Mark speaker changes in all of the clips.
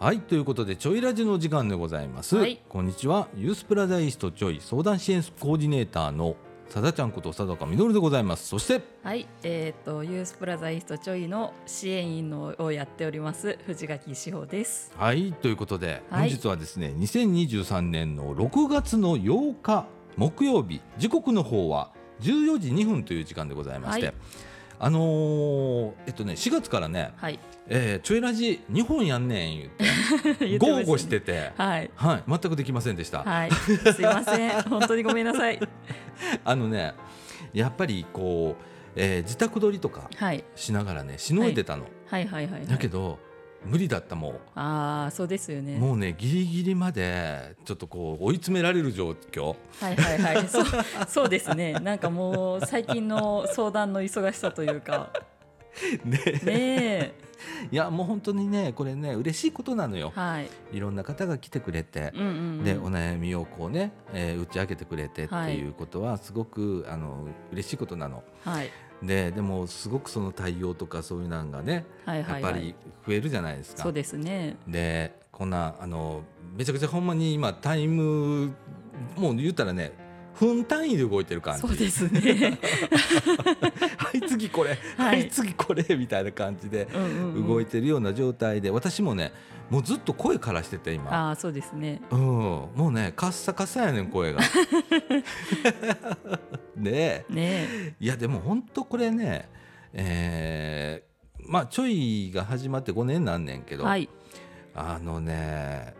Speaker 1: はいということでちょいラジのお時間でございます、
Speaker 2: はい
Speaker 1: こんにちはユースプラダイストちょい相談支援コーディネーターのさだちゃんこと佐坂みのるでございますそして
Speaker 2: はい、えっ、とユースプラザイーストちょいの支援員のをやっております藤垣志保です。
Speaker 1: はいということで、
Speaker 2: はい
Speaker 1: 本日はですね2023年の6月の8日木曜日時刻の方は14時2分という時間でございまして、
Speaker 2: はい
Speaker 1: あのーえっとね4月からね、
Speaker 2: はい、
Speaker 1: えー、ちょいラジ2本やんねん言って
Speaker 2: 言ってま
Speaker 1: 豪
Speaker 2: す
Speaker 1: 語してて、
Speaker 2: はい。
Speaker 1: はい、全くできませんでした、
Speaker 2: はい、すい ません、本当にごめんなさい。
Speaker 1: あのねやっぱりこう、えー自宅撮りとか
Speaker 2: はい、
Speaker 1: しながらねしのいでたの、
Speaker 2: はい、はい、はい。
Speaker 1: だけど無理だったもう。
Speaker 2: ああ、そうですよね。
Speaker 1: もうねギリギリまでちょっとこう追い詰められる状況
Speaker 2: はい、はい、はい、そう、そうですね。なんかもう最近の相談の忙しさとい うか。
Speaker 1: ね
Speaker 2: ねえ、
Speaker 1: いやもう本当にねこれね嬉しいことなのよ、
Speaker 2: はい、
Speaker 1: い、ろんな方が来てくれて
Speaker 2: う、ん、うん、うん
Speaker 1: でお悩みをこうね、えー打ち明けてくれてって
Speaker 2: はい
Speaker 1: いうことはすごく、あの嬉しいことなの
Speaker 2: はい、
Speaker 1: ででもすごくその対応とかそういうのがね
Speaker 2: はい、
Speaker 1: や
Speaker 2: は
Speaker 1: っ
Speaker 2: い、
Speaker 1: ぱ
Speaker 2: はい
Speaker 1: り。増えるじゃないですか。
Speaker 2: そうですね。
Speaker 1: でこんなあのめちゃくちゃほんまに今タイムもう言ったらね分単位で動いてる感じ
Speaker 2: そうですね。
Speaker 1: はい次これ、は、
Speaker 2: はいい
Speaker 1: 次これみたいな感じで
Speaker 2: うん、うん、うん
Speaker 1: 動い。てるような状態で、私もねもうずっと声からしてて今、
Speaker 2: ああ、そうですね。
Speaker 1: うん、もうねカッサカサやねん声 が。で
Speaker 2: ね
Speaker 1: いやでも本当これね、えーまあちょいが始まって5年なんねんけ
Speaker 2: え。
Speaker 1: ど、
Speaker 2: はい。
Speaker 1: あのね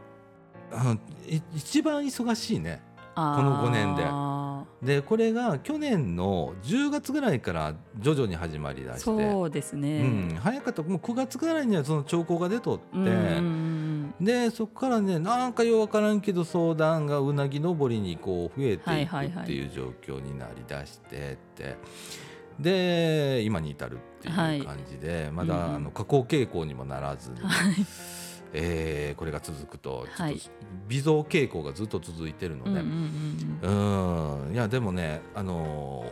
Speaker 1: あい一番忙しいね。
Speaker 2: こ
Speaker 1: の五年で
Speaker 2: あ
Speaker 1: でこれが去年の10月ぐらいから徐々に始まりだ
Speaker 2: ー
Speaker 1: して。
Speaker 2: そうですね。
Speaker 1: うん、早かったもう9月ぐらいにはその兆候が出とって、
Speaker 2: うんうん
Speaker 1: でそこからねなんかようわからんけど相談がうなぎ登りにこう増えて
Speaker 2: はいい
Speaker 1: く
Speaker 2: はいはい
Speaker 1: っていう状況になりだしてって、で今に至るっていう感じで、まだ、
Speaker 2: うんうん
Speaker 1: あの下降傾向にもならずに、
Speaker 2: うん はい
Speaker 1: えーこれが続くとちょ
Speaker 2: は
Speaker 1: っ
Speaker 2: い
Speaker 1: と微増傾向がずっと続いてるの
Speaker 2: うんうんう
Speaker 1: で、
Speaker 2: ん
Speaker 1: うーんいやでもねあの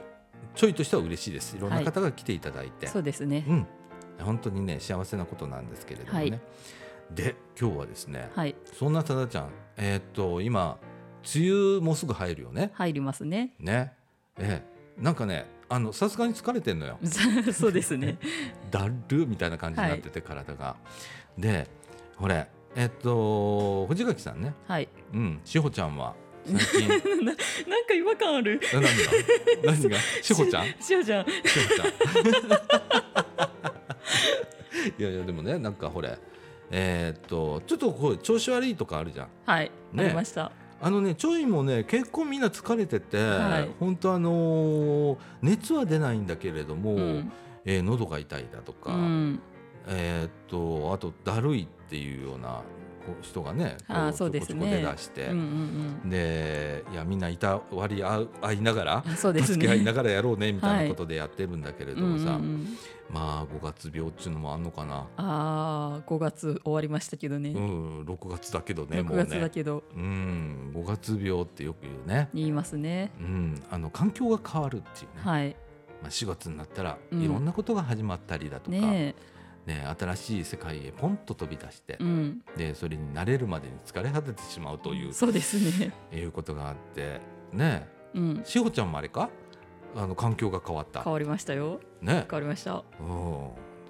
Speaker 1: ーちょいとしては嬉しいですいろんな方が来ていただいて。
Speaker 2: うんそうですね。
Speaker 1: うん、本当にね幸せなことなんですけれどもね。
Speaker 2: はい
Speaker 1: で今日はですね、
Speaker 2: はい
Speaker 1: そんなただちゃん、えーっと今梅雨もうすぐ入るよね。
Speaker 2: 入りますね。
Speaker 1: ね、ええなんかねあのさすがに疲れてんのよ。
Speaker 2: そうですね。
Speaker 1: だるみたいな感じになってて体が。でほれえーっと藤垣さんね、
Speaker 2: はい。
Speaker 1: うん、志保ちゃんは最近え
Speaker 2: なんか違和感ある。
Speaker 1: 何が何が志保ちゃん
Speaker 2: しおちゃん。
Speaker 1: しおちゃんいやいやでもねなんかほれえーっとちょっとこう調子悪いとかあるじゃん
Speaker 2: はい。
Speaker 1: ね
Speaker 2: ありました。
Speaker 1: あのねちょいもね結構みんな疲れてて、
Speaker 2: はい
Speaker 1: 本当あのー熱は出ないんだけれども、
Speaker 2: うん。
Speaker 1: えー喉が痛いだと
Speaker 2: う
Speaker 1: か、
Speaker 2: ん。
Speaker 1: えーっとあとだるいっていうようなこう人がねこ
Speaker 2: あーそうで
Speaker 1: ち
Speaker 2: すね
Speaker 1: ょこちょこ出だして、
Speaker 2: うんうんうん。
Speaker 1: でいやみんないたわり合う合いながら、
Speaker 2: あそうです
Speaker 1: 助
Speaker 2: ね。
Speaker 1: け合いながらやろうねみたいなことでやってるんだけれ
Speaker 2: う
Speaker 1: ど
Speaker 2: んう
Speaker 1: も
Speaker 2: んう
Speaker 1: さ、
Speaker 2: ん。
Speaker 1: まあ5月病っていうのもあんのかな、
Speaker 2: ああ、五月終わりましたけど
Speaker 1: う
Speaker 2: ね。
Speaker 1: ん、6月だけどねも
Speaker 2: 六
Speaker 1: う
Speaker 2: 月だ
Speaker 1: ね、
Speaker 2: けど
Speaker 1: うん、5月病ってよく言うね、
Speaker 2: 言いますね。
Speaker 1: うん、あの環境が変わるっていうね、
Speaker 2: はい。
Speaker 1: まあ、4月になったら
Speaker 2: うん
Speaker 1: いろんなことが始まったりだとか、ね
Speaker 2: ね
Speaker 1: 新しい世界へポンと飛び出して、
Speaker 2: え。うん。
Speaker 1: でそれに慣れるまでに疲れ果ててしまうという,、
Speaker 2: そうですね。
Speaker 1: いうことがあってね
Speaker 2: うん。
Speaker 1: 志保ちゃんもあれかあの環境が変わった
Speaker 2: 変わりましたよ。
Speaker 1: ね
Speaker 2: 変わりました。
Speaker 1: うん、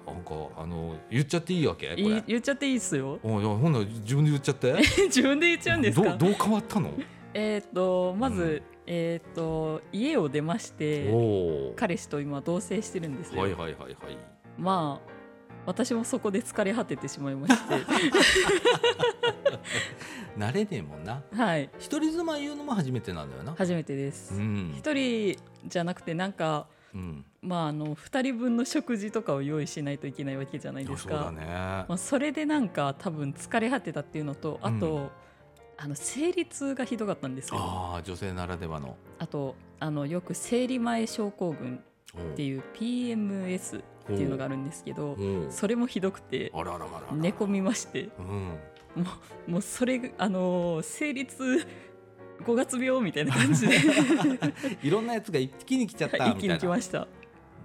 Speaker 1: なんかあの言っちゃっていいわけこ
Speaker 2: い
Speaker 1: れ。
Speaker 2: 言っちゃっていいっすよ。
Speaker 1: おいやほんなら自分で言っちゃって。
Speaker 2: 自分 で言っちゃうんです
Speaker 1: ど
Speaker 2: か
Speaker 1: う。どう変わったの？
Speaker 2: えーっとまず、
Speaker 1: うん
Speaker 2: えーっと家を出まして
Speaker 1: お
Speaker 2: 彼氏と今同棲してるんです
Speaker 1: お。
Speaker 2: よ。
Speaker 1: はいはいはいはい。
Speaker 2: まあ私もそこで疲れ果ててしまいまして
Speaker 1: 慣れねえもんな。
Speaker 2: はい
Speaker 1: 一人住まい言うのも初めてなんだよな。
Speaker 2: 初めてです
Speaker 1: う。ん。
Speaker 2: 一、人じゃなくてなんか
Speaker 1: うん。
Speaker 2: まああの二人分の食事とかを用意しないといけないわけじゃない
Speaker 1: いや
Speaker 2: です
Speaker 1: そ
Speaker 2: か。
Speaker 1: うだね
Speaker 2: ま。あ、それでなんか多分疲れ果てたっていうのとあと、
Speaker 1: うん
Speaker 2: あの生理痛がひどかったんですよ。あ
Speaker 1: ああ女性ならではの。
Speaker 2: とあのよく生理前症候群っ
Speaker 1: って
Speaker 2: いう PMS っていうのがあるんですけど、
Speaker 1: うん。
Speaker 2: それもひどくて
Speaker 1: あらあらあらあら。
Speaker 2: 寝込みまして
Speaker 1: うん。
Speaker 2: もうそれあのー生理痛5月病みたい な感じで
Speaker 1: いろんなやつが一気に来ちゃった み
Speaker 2: 一気
Speaker 1: た
Speaker 2: に
Speaker 1: い
Speaker 2: 来
Speaker 1: な。
Speaker 2: ました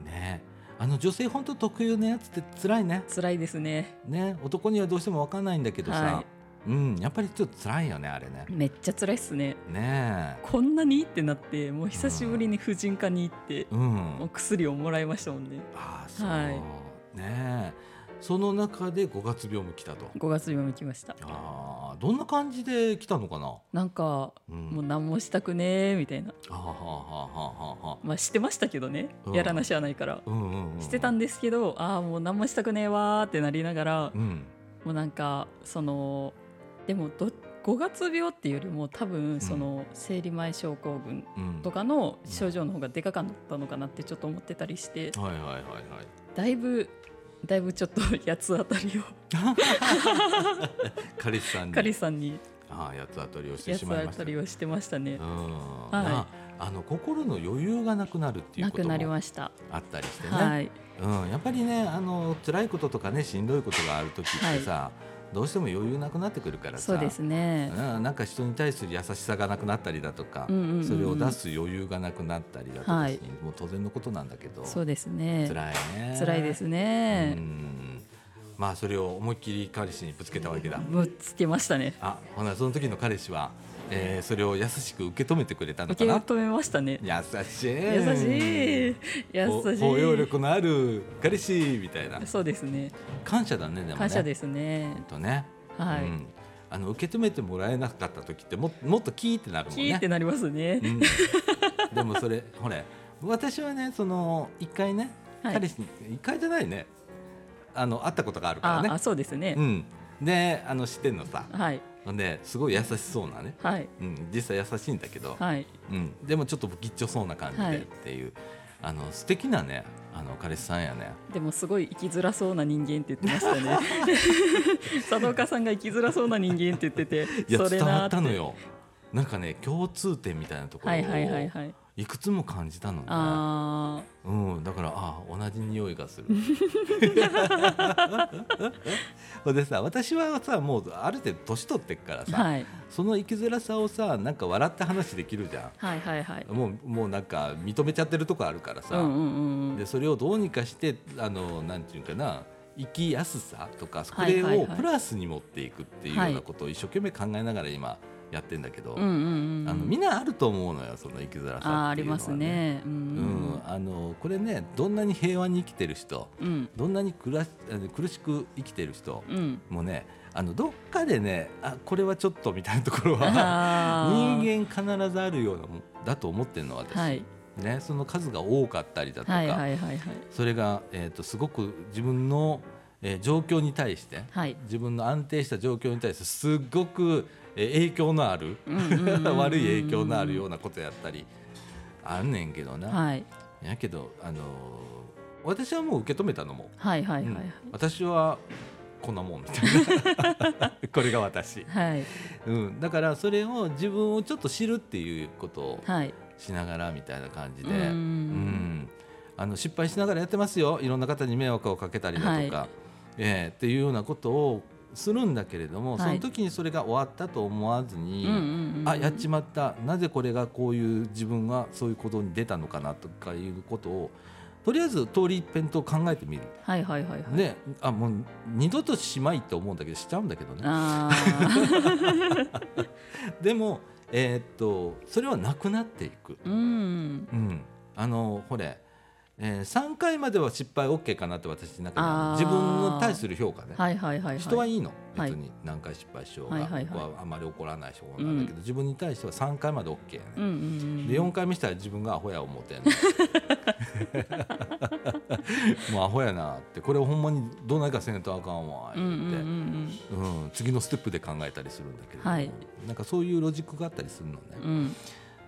Speaker 1: ね。あの女性本当特有のやつって辛いね
Speaker 2: 辛いですね
Speaker 1: ね男にはどうしても分かんないんだけどさ、
Speaker 2: は
Speaker 1: うんやっぱりちょっと辛いよねあれね
Speaker 2: めっちゃ辛いっすね
Speaker 1: ねえ
Speaker 2: こんなにってなってもう久しぶりに婦人科に行って
Speaker 1: うん
Speaker 2: もう薬をもらいましたもんね
Speaker 1: ああそう、
Speaker 2: はい
Speaker 1: ねえその中で五月病も来たと
Speaker 2: 5月病も来ました
Speaker 1: ああどんな感じで来たのかな、
Speaker 2: なんか
Speaker 1: うん、
Speaker 2: もう何もしたくねーみたいな
Speaker 1: あはははははは
Speaker 2: まあしてましたけどね
Speaker 1: うん
Speaker 2: やらなしゃあないから
Speaker 1: うんうんうん、
Speaker 2: してたんですけどああもう何もしたくねえわーってなりながら
Speaker 1: うん
Speaker 2: もうなんかそのでもど5月病っていうよりも多分その生理前症候群
Speaker 1: うん
Speaker 2: とかの症状の方がでかかったのかなってちょっと思ってたりして
Speaker 1: はいはいはいはい
Speaker 2: だいぶだいぶちょっと八つ当たりを
Speaker 1: 彼氏さんに
Speaker 2: カリさんに
Speaker 1: ああ八つ当たりをして
Speaker 2: 八
Speaker 1: し
Speaker 2: つ
Speaker 1: まい
Speaker 2: 当
Speaker 1: ました
Speaker 2: たりをしてましたね
Speaker 1: う。ん、
Speaker 2: はい
Speaker 1: まあ、あの心の余裕がなくなるっていう
Speaker 2: な
Speaker 1: こと
Speaker 2: くなり
Speaker 1: も
Speaker 2: ました。
Speaker 1: あったりしてね、
Speaker 2: はい、
Speaker 1: うん、やっぱりねあの辛いこととかねしんどいことがある時ってさ、どうしても余裕なくなってくるからさ
Speaker 2: そうですね。
Speaker 1: うん、なんか人に対する優しさがなくなったりだとか、
Speaker 2: うんうんうんうん
Speaker 1: それを出す余裕がなくなったりだとか、
Speaker 2: はい
Speaker 1: もう当然のことなんだけど
Speaker 2: そうですね。
Speaker 1: 辛いね
Speaker 2: 辛いです
Speaker 1: う
Speaker 2: ね。
Speaker 1: んまあそれを思いっきり彼氏にぶつけたわけだ
Speaker 2: ぶつけましたね。
Speaker 1: あほなその時の彼氏は、えーそれを優しく受け止めてくれたの
Speaker 2: 受
Speaker 1: かな
Speaker 2: け止めましたね。
Speaker 1: 優しい
Speaker 2: 優しい。優
Speaker 1: こ
Speaker 2: し
Speaker 1: 包容
Speaker 2: い。
Speaker 1: 力のある彼氏みたいな
Speaker 2: そうですね。
Speaker 1: 感謝だねでもね
Speaker 2: 感謝ですすね。
Speaker 1: とね、
Speaker 2: は
Speaker 1: う
Speaker 2: い。
Speaker 1: ん、あの受け止めてもらえなかった時ってももっとキーってなるもん
Speaker 2: キ
Speaker 1: ね
Speaker 2: ーってなりますね。
Speaker 1: うん、でもそれほれ私はねその一回ね、
Speaker 2: はい
Speaker 1: 彼氏に一回じゃないねあの会ったことがあるか
Speaker 2: あ、
Speaker 1: ら
Speaker 2: あ、
Speaker 1: ね、
Speaker 2: そうですね
Speaker 1: う。ん、であの知ってんのさ
Speaker 2: はい。
Speaker 1: ほんですごい優しそうなね、
Speaker 2: はい。
Speaker 1: うん、実際優しいんだけど、
Speaker 2: はい。
Speaker 1: うん、でもちょっと不吉そうな感じ
Speaker 2: は
Speaker 1: で
Speaker 2: い
Speaker 1: っていう、あの素敵なねあの彼氏さんやね
Speaker 2: でもすごい生きづらそうな人間って言ってまし たね。佐藤岡さんが生きづらそうな人間って言ってて、
Speaker 1: いや
Speaker 2: それ
Speaker 1: 伝
Speaker 2: なー
Speaker 1: わ
Speaker 2: っ
Speaker 1: ってたの。よなんかね共通点みたいなところ
Speaker 2: はいはいはい
Speaker 1: を
Speaker 2: はい。
Speaker 1: いくつも感じたのね、
Speaker 2: あ
Speaker 1: うん、だからあ同じ匂いが する。ほんでさ私はさもうある程度年取ってっから
Speaker 2: あ、
Speaker 1: さ、
Speaker 2: はい、
Speaker 1: その生きづらさをさなんか笑って話できるじゃ
Speaker 2: はいはいはい
Speaker 1: ん。もうもうなんか認めちゃってるとこあるから
Speaker 2: う
Speaker 1: さ、
Speaker 2: んうんうんう
Speaker 1: で
Speaker 2: ん。
Speaker 1: それをどうにかしてあのなんていうかな生きやすさとかそ
Speaker 2: はい
Speaker 1: れ
Speaker 2: はいはい
Speaker 1: をプラスに持っていくっていうようなことを一生懸命考えながら今やってんだけど、
Speaker 2: うんうんうん。
Speaker 1: あのみんなあると思うのよその生きづらさっていうのは、
Speaker 2: あーありますね。う
Speaker 1: うん
Speaker 2: ん
Speaker 1: あのこれねどんなに平和に生きてる人
Speaker 2: うんうん。
Speaker 1: どんなに苦らしあの苦しく生きてる人
Speaker 2: う んうん。
Speaker 1: もねあのどっかでねあこれはちょっとみたいなところ は
Speaker 2: あー
Speaker 1: 人間必ずあるようなもんだと思ってるの私、
Speaker 2: はい
Speaker 1: ね、その数が多かったりだとか、
Speaker 2: はいはいはいはい。
Speaker 1: それが、えー、とすごく自分の、えー状況に対して
Speaker 2: はい。
Speaker 1: 自分の安定した状況に対してすっごく、えー影響のある
Speaker 2: うんうんうんうん
Speaker 1: 悪い影響のあるようなことやったりあんねんけどな。
Speaker 2: はい
Speaker 1: やけど、あのー私はもう受け止めたのも、
Speaker 2: はいはい
Speaker 1: うん
Speaker 2: はい
Speaker 1: 私はこんなもんみたい なこれが私、
Speaker 2: はい
Speaker 1: うん、だからそれを自分をちょっと知るっていうことを
Speaker 2: はい。
Speaker 1: しながらみたいな感じで、
Speaker 2: うん
Speaker 1: うんあの失敗しながらやってますよいろんな方に迷惑をかけたりだとか、
Speaker 2: はい
Speaker 1: えーっていうようなことをするんだけれども、
Speaker 2: はい
Speaker 1: その時にそれが終わったと思わずに。
Speaker 2: うんうんうん。
Speaker 1: あやっちまったなぜこれがこういう自分がそういうことに出たのかなとかいうことをとりあえず通り一遍と考えてみる、
Speaker 2: はいはいはいはい。。
Speaker 1: であもう二度としまいって思うんだけどしちゃうんだけどね
Speaker 2: あ あ。
Speaker 1: でも、えーっとそれはなくなっていく、
Speaker 2: うん。
Speaker 1: うん、あのほれ、え3回までは失敗 OK かなって私の中であ
Speaker 2: あー
Speaker 1: る自分に対する評価ね、
Speaker 2: はいはいはいはい。
Speaker 1: 人はいいの
Speaker 2: はい
Speaker 1: 別に何回失敗しようが、
Speaker 2: はいはいはい
Speaker 1: 僕はあまり怒らない人なんだけど、自分に対しては3回まで OK やね、
Speaker 2: うんうんうん。
Speaker 1: で4回目したら自分がアホや思ってん のもうアホやなってこれをほんまにどうないかせんとあかんわ
Speaker 2: うんう
Speaker 1: 言
Speaker 2: ん
Speaker 1: っ
Speaker 2: うんう
Speaker 1: て、
Speaker 2: ん。
Speaker 1: うん次のステップで考えたりするんだけれども、
Speaker 2: はい
Speaker 1: なんかそういうロジックがあったりするのね、
Speaker 2: うん、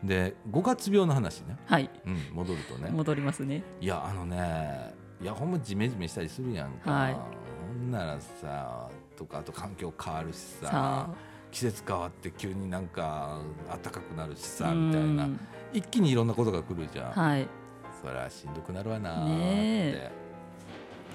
Speaker 1: で5月病の話ね、
Speaker 2: はい、
Speaker 1: うん、戻るとね
Speaker 2: 戻りますね。
Speaker 1: いやあのねいやほんまジメジメしたりするやんか、
Speaker 2: はい
Speaker 1: ほんならさとかあと環境変わるしさ
Speaker 2: さ
Speaker 1: 季節変わって急になんか暖かくなるし
Speaker 2: あ、
Speaker 1: さみたいな
Speaker 2: うん
Speaker 1: 一気にいろんなことが来るじゃん、
Speaker 2: はい、
Speaker 1: そりゃしんどくなるわなーって
Speaker 2: ね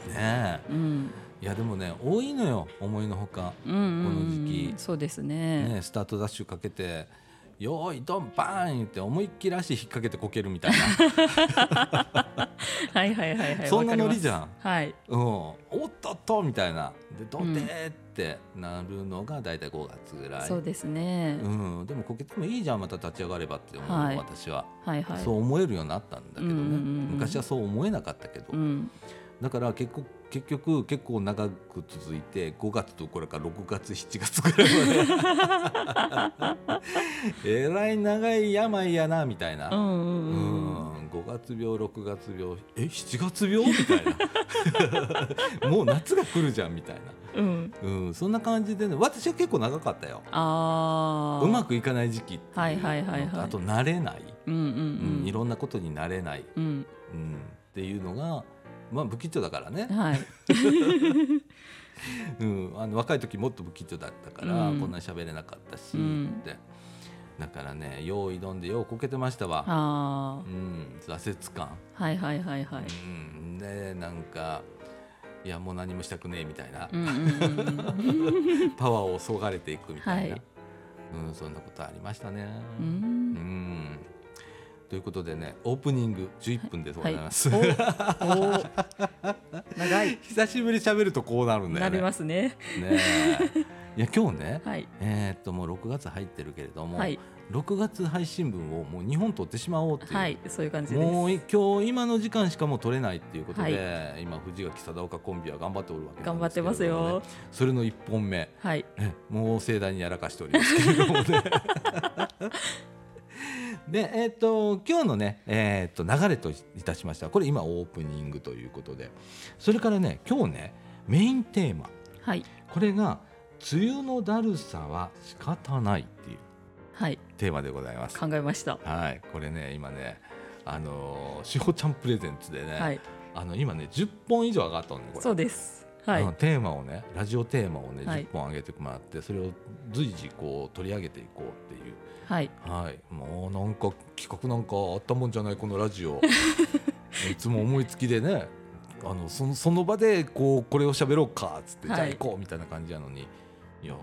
Speaker 1: ねえ
Speaker 2: うん、
Speaker 1: いやでもね多いのよ思いのほか、
Speaker 2: うんうんうん、
Speaker 1: この時期
Speaker 2: そうですね。
Speaker 1: ね、スタートダッシュかけて「よーいドンバーン!」って思いっきり足引っ掛けてこけるみたい な、
Speaker 2: はいはいはいはい
Speaker 1: そんな
Speaker 2: わかります
Speaker 1: ノリじゃん
Speaker 2: はい
Speaker 1: うん、おっとっとみたいなでドテーってなるのが大体5月ぐらい、
Speaker 2: そうですね、
Speaker 1: うん、でもこけてもいいじゃんまた立ち上がればって思う、
Speaker 2: はい
Speaker 1: 私は、
Speaker 2: はいはい
Speaker 1: そう思えるようになったんだけどね、
Speaker 2: うんうんうんうん
Speaker 1: 昔はそう思えなかったけど、
Speaker 2: うん、
Speaker 1: だから結構結局結構長く続いて5月とこれから6月7月ぐらいま で えらい長い病やなみたいな。
Speaker 2: うんう
Speaker 1: うん
Speaker 2: うん
Speaker 1: ん5月病6月病え7月病みたいな もう夏が来るじゃんみたい
Speaker 2: うん
Speaker 1: な、うん、そんな感じでね私は結構長かったよ
Speaker 2: ああ
Speaker 1: うま
Speaker 2: く
Speaker 1: くいかない時期っていうのと
Speaker 2: はいはいはいはい
Speaker 1: あと慣れない、
Speaker 2: うんうん
Speaker 1: うん
Speaker 2: うん
Speaker 1: いろんなことに慣れない、
Speaker 2: うん
Speaker 1: うん、っていうのが、まあ、不吉祥だからね、
Speaker 2: はい
Speaker 1: うん、あの若い時もっと不吉祥だったから、
Speaker 2: うん
Speaker 1: こんなに喋れなかったし、
Speaker 2: うん
Speaker 1: ってだからねよう挑んでようこけてましたわ、
Speaker 2: あ
Speaker 1: うん、挫折感、
Speaker 2: あはいはいはいはい
Speaker 1: うん、でなんかいやもう何もしたくねえみたいな、
Speaker 2: うんうんうんうん
Speaker 1: パワーをそがれていくみたいな、
Speaker 2: はい
Speaker 1: うん、そんなことありましたね。
Speaker 2: う
Speaker 1: うん んということでねオープニング11分でございます、
Speaker 2: おお長い
Speaker 1: 久しぶりに喋るとこうなるんだ
Speaker 2: な
Speaker 1: よね。
Speaker 2: りますね
Speaker 1: ねえいや今日ね、
Speaker 2: はい
Speaker 1: えーっともう6月入ってるけれども、
Speaker 2: はい
Speaker 1: 6月配信分をもう2本取ってしまおうっていう、
Speaker 2: はいそういう感じです
Speaker 1: もうい今日今の時間しかもう取れないっていうことで、今藤垣貞岡コンビは頑張っておるわけなん
Speaker 2: 頑
Speaker 1: で
Speaker 2: 張っ
Speaker 1: すけ
Speaker 2: て
Speaker 1: れどもね、
Speaker 2: ますよ
Speaker 1: それの1本目
Speaker 2: はい
Speaker 1: えもう盛大にやらかしておりますけれどもね でえーっと今日のね、えーっと流れといたしましてはこれ今オープニングということでそれからね今日ねメインテーマ
Speaker 2: はい
Speaker 1: これが「梅雨のだるさは仕方ない」っていう
Speaker 2: はい
Speaker 1: テーマでございます。
Speaker 2: 考えました
Speaker 1: はい、これね今ねあのー、しほちゃんプレゼンツでね、
Speaker 2: はい
Speaker 1: あの今ね10本以上上がったんでこれ
Speaker 2: そうですは
Speaker 1: うん
Speaker 2: い
Speaker 1: テーマをねラジオテーマをね
Speaker 2: はい
Speaker 1: 10本上げてもらって、それを随時こう取り上げていこうっていう、
Speaker 2: はい
Speaker 1: はい、もうなんか企画なんかあったもんじゃないこのラジ オいつも思いつきでねあのそのその場でこうこれを喋ろうかっつって、
Speaker 2: はい
Speaker 1: じゃあ行こうみたいな感じなのにいやーいっ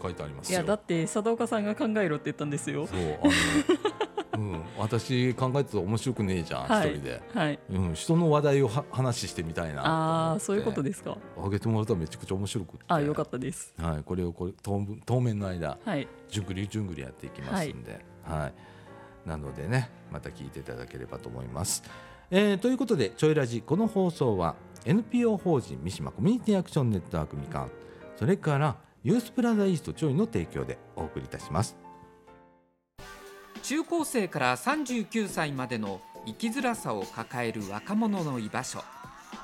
Speaker 1: ぱい書いてあります
Speaker 2: い
Speaker 1: よ
Speaker 2: やだって佐藤岡さんが考えろって言ったんですよ
Speaker 1: そうあの、 うん、私考えてたら面白くねえじゃん、
Speaker 2: はい
Speaker 1: 一人で、
Speaker 2: はい
Speaker 1: うん、人の話題をは話してみたいな
Speaker 2: ああそういうこと
Speaker 1: で
Speaker 2: ですか
Speaker 1: 上げてもらったらめちゃくちゃ面白くって
Speaker 2: あーよかったです
Speaker 1: はい、これをこれ当分当面の間
Speaker 2: はい
Speaker 1: じゅんぐりじゅんぐりやっていきますんで、はいなのでねまた聞いていただければと思います。えーということで「ちょいラジ」この放送は NPO 法人三島コミュニティアクションネットワークみかんそれからユースプラザイーストちょいの提供でお送りいたします。
Speaker 3: 中高生から39歳までの生きづらさを抱える若者の居場所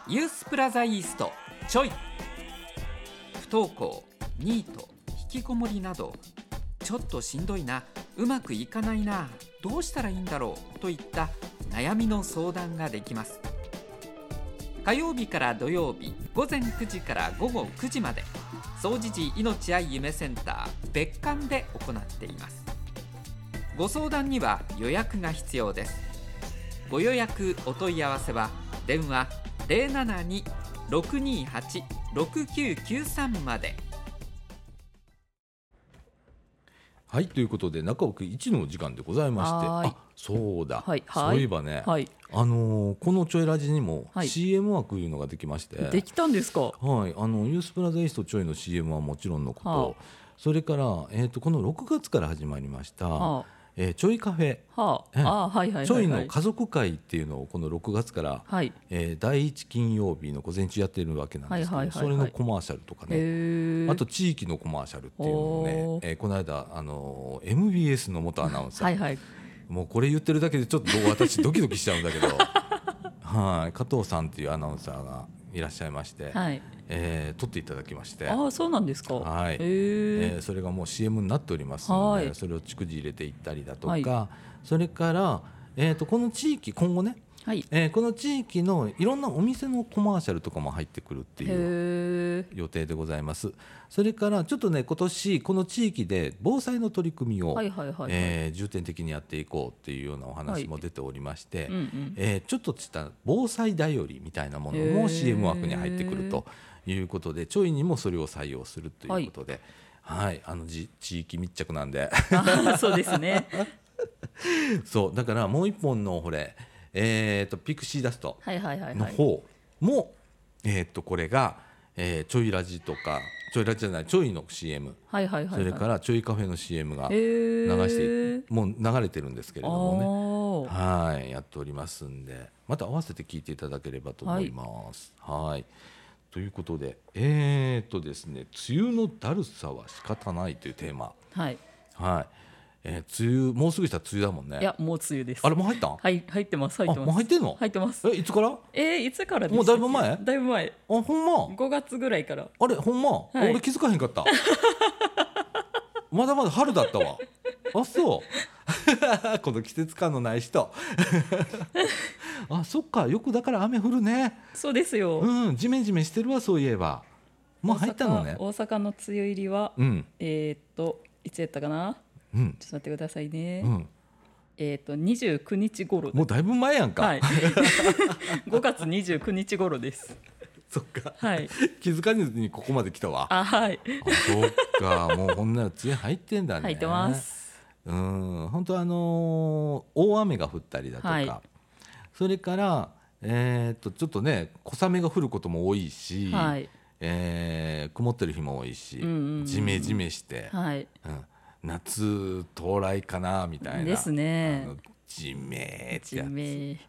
Speaker 3: ユースプラザイーストちょい不登校ニート引きこもりなどちょっとしんどいなうまくいかないなどうしたらいいんだろうといった悩みの相談ができます火曜日から土曜日午前9時から午後9時まで総持寺命愛夢センター別館で行っていますご相談には予約が必要ですご予約お問い合わせは電話072-628-6993まで
Speaker 1: はいということで中奥一のお時間でございまして
Speaker 2: はーい
Speaker 1: あそうだ、
Speaker 2: はいは
Speaker 1: そ
Speaker 2: い
Speaker 1: ういえばね、
Speaker 2: はい
Speaker 1: あのーこの「ちょいラジ」にも
Speaker 2: はい
Speaker 1: CM 枠いうのができまして、
Speaker 2: できたんですか
Speaker 1: はい、あのユースプラザイーストちょいの CM はもちろんのこと、
Speaker 2: は
Speaker 1: それから、えー、とこの6月から始まりました、
Speaker 2: は
Speaker 1: えーちょいカフェ、
Speaker 2: あは
Speaker 1: ええ
Speaker 2: ああーはいはいはいはい
Speaker 1: ちょいの家族会っていうのをこの6月から、
Speaker 2: はい
Speaker 1: えー第1金曜日の午前中やってるわけなんですけど、
Speaker 2: はいはいはいはい
Speaker 1: それのコマーシャルとかね、
Speaker 2: へえ
Speaker 1: あと地域のコマーシャルっていうのをね
Speaker 2: お、ー
Speaker 1: えーこの間、あのー MBS の元アナウンサー、
Speaker 2: はいはい
Speaker 1: もうこれ言ってるだけでちょっとどう私ドキドキしちゃうんだけど はい加藤さんっていうアナウンサーがいらっしゃいまして、
Speaker 2: はい
Speaker 1: えー撮っていただきまして。
Speaker 2: ああそうなんですか
Speaker 1: はい
Speaker 2: へえ
Speaker 1: えーそれがもう CM になっておりますの
Speaker 2: は
Speaker 1: で
Speaker 2: い
Speaker 1: それを逐次入れていったりだとか、
Speaker 2: はい
Speaker 1: それから、えー、とこの地域今後ね、
Speaker 2: はい
Speaker 1: えーこの地域のいろんなお店のコマーシャルとかも入ってくるっていう
Speaker 2: へえ
Speaker 1: 予定でございますそれからちょっとね今年この地域で防災の取り組みを、
Speaker 2: はいはいはいはい
Speaker 1: えー重点的にやっていこうっていうようなお話も出ておりまして、
Speaker 2: うんうん
Speaker 1: えーちょっとした防災だよりみたいなもの
Speaker 2: へ
Speaker 1: も
Speaker 2: ー
Speaker 1: CM 枠に入ってくるということでちょいにもそれを採用するということで、はい、あのじ地域密着なんで
Speaker 2: あ そうですね。
Speaker 1: そうだからもう一本のこれ、えー、とピクシーダスト
Speaker 2: はいはいはい
Speaker 1: の
Speaker 2: はい。
Speaker 1: 方も、えー、とこれが、えーちょいラジとかちょいラジじゃないちょいの CM、
Speaker 2: はいはいはい、は
Speaker 1: そ
Speaker 2: い。
Speaker 1: れからちょいカフェの CM が
Speaker 2: へ
Speaker 1: 流
Speaker 2: ー、
Speaker 1: して、もう流れてるんですけれ
Speaker 2: あ
Speaker 1: どもね。
Speaker 2: ー
Speaker 1: はい、やっておりますんで、また合わせて聞いていただければと思います。はい。ということで、えー、っとですね、梅雨のだるさは仕方ないというテーマ。
Speaker 2: はい。
Speaker 1: はい。えー、梅雨、もうすぐしたら梅雨だもんね。
Speaker 2: いやもう梅雨です。
Speaker 1: あれもう入ったん？
Speaker 2: はい入ってます入って
Speaker 1: あ、
Speaker 2: ます。
Speaker 1: もう入ってんの？
Speaker 2: 入ってます。
Speaker 1: え、いつから？あ、
Speaker 2: えー、いつからです
Speaker 1: もうだいぶ前
Speaker 2: だいぶ前。
Speaker 1: ほんま。
Speaker 2: 5月ぐらいから。
Speaker 1: あれ、ほんま。
Speaker 2: はい
Speaker 1: 俺気づかへんか った。まだまだ春だったわ。あ、 そう。この季節感のない人。 あ、そっか。よくだから雨降るね。
Speaker 2: そうですよ。
Speaker 1: うん、ジメジメしてるわ、そういえば。もう入ったのね
Speaker 2: 大阪。大阪の梅雨入りは、
Speaker 1: うん、
Speaker 2: えーっといつやったかな。
Speaker 1: うん、
Speaker 2: ちょっと待ってくださいね。
Speaker 1: うん、
Speaker 2: えーっと29日頃です
Speaker 1: もうだいぶ前やんか。
Speaker 2: はい。5月29日頃です。
Speaker 1: そっか、
Speaker 2: はい。
Speaker 1: 気づかずにここまで来たわ。あ、
Speaker 2: あはい。
Speaker 1: そっか、もうこんなの梅雨入ってんだね。
Speaker 2: 入ってま。す。
Speaker 1: うん、本当あのー大雨が降ったりだとか、
Speaker 2: はい
Speaker 1: それから。えーっとちょっとね小雨が降ることも多いし、
Speaker 2: はい。
Speaker 1: えー曇ってる日も多いし、
Speaker 2: うんうんうん
Speaker 1: ジメジメして、
Speaker 2: はい。
Speaker 1: うん、夏到来かなみたいな
Speaker 2: です
Speaker 1: あ
Speaker 2: ね
Speaker 1: の。ジメーって
Speaker 2: 地
Speaker 1: やつ
Speaker 2: 名。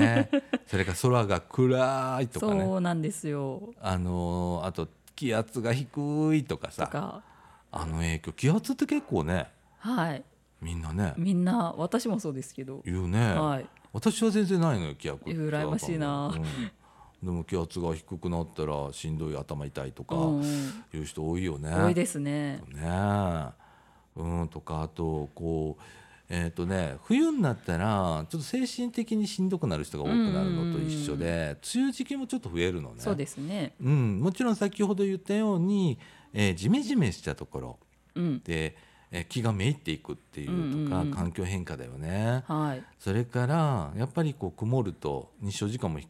Speaker 1: ね、それから空が暗いとかね
Speaker 2: そうなんですよ。
Speaker 1: あのーあと気圧が低いとか
Speaker 2: と
Speaker 1: さ
Speaker 2: か。
Speaker 1: あの影響気圧って結構ね
Speaker 2: はい。
Speaker 1: みんなね
Speaker 2: みんな私もそうですけど。
Speaker 1: 言うね、
Speaker 2: はい。
Speaker 1: 私は全然ないのよ気圧
Speaker 2: 羨ましいな
Speaker 1: うんでも気圧が低くなったらしんどい頭痛いとか
Speaker 2: うんうん
Speaker 1: いう人多いよね。
Speaker 2: 多いですね。
Speaker 1: ねえうんとかあとこうえっ、とね冬になったらちょっと精神的にしんどくなる人が多くなるのと一緒で、梅雨時期もちょっと増えるのね。
Speaker 2: そうですね。
Speaker 1: うん、もちろん先ほど言ったように、えー、ジメジメしたところ
Speaker 2: うん。
Speaker 1: で、えー気がめいっていくっていうとか、
Speaker 2: うんうんうん
Speaker 1: 環境変化だよね。
Speaker 2: はい。
Speaker 1: それからやっぱりこう曇ると日照時間もひ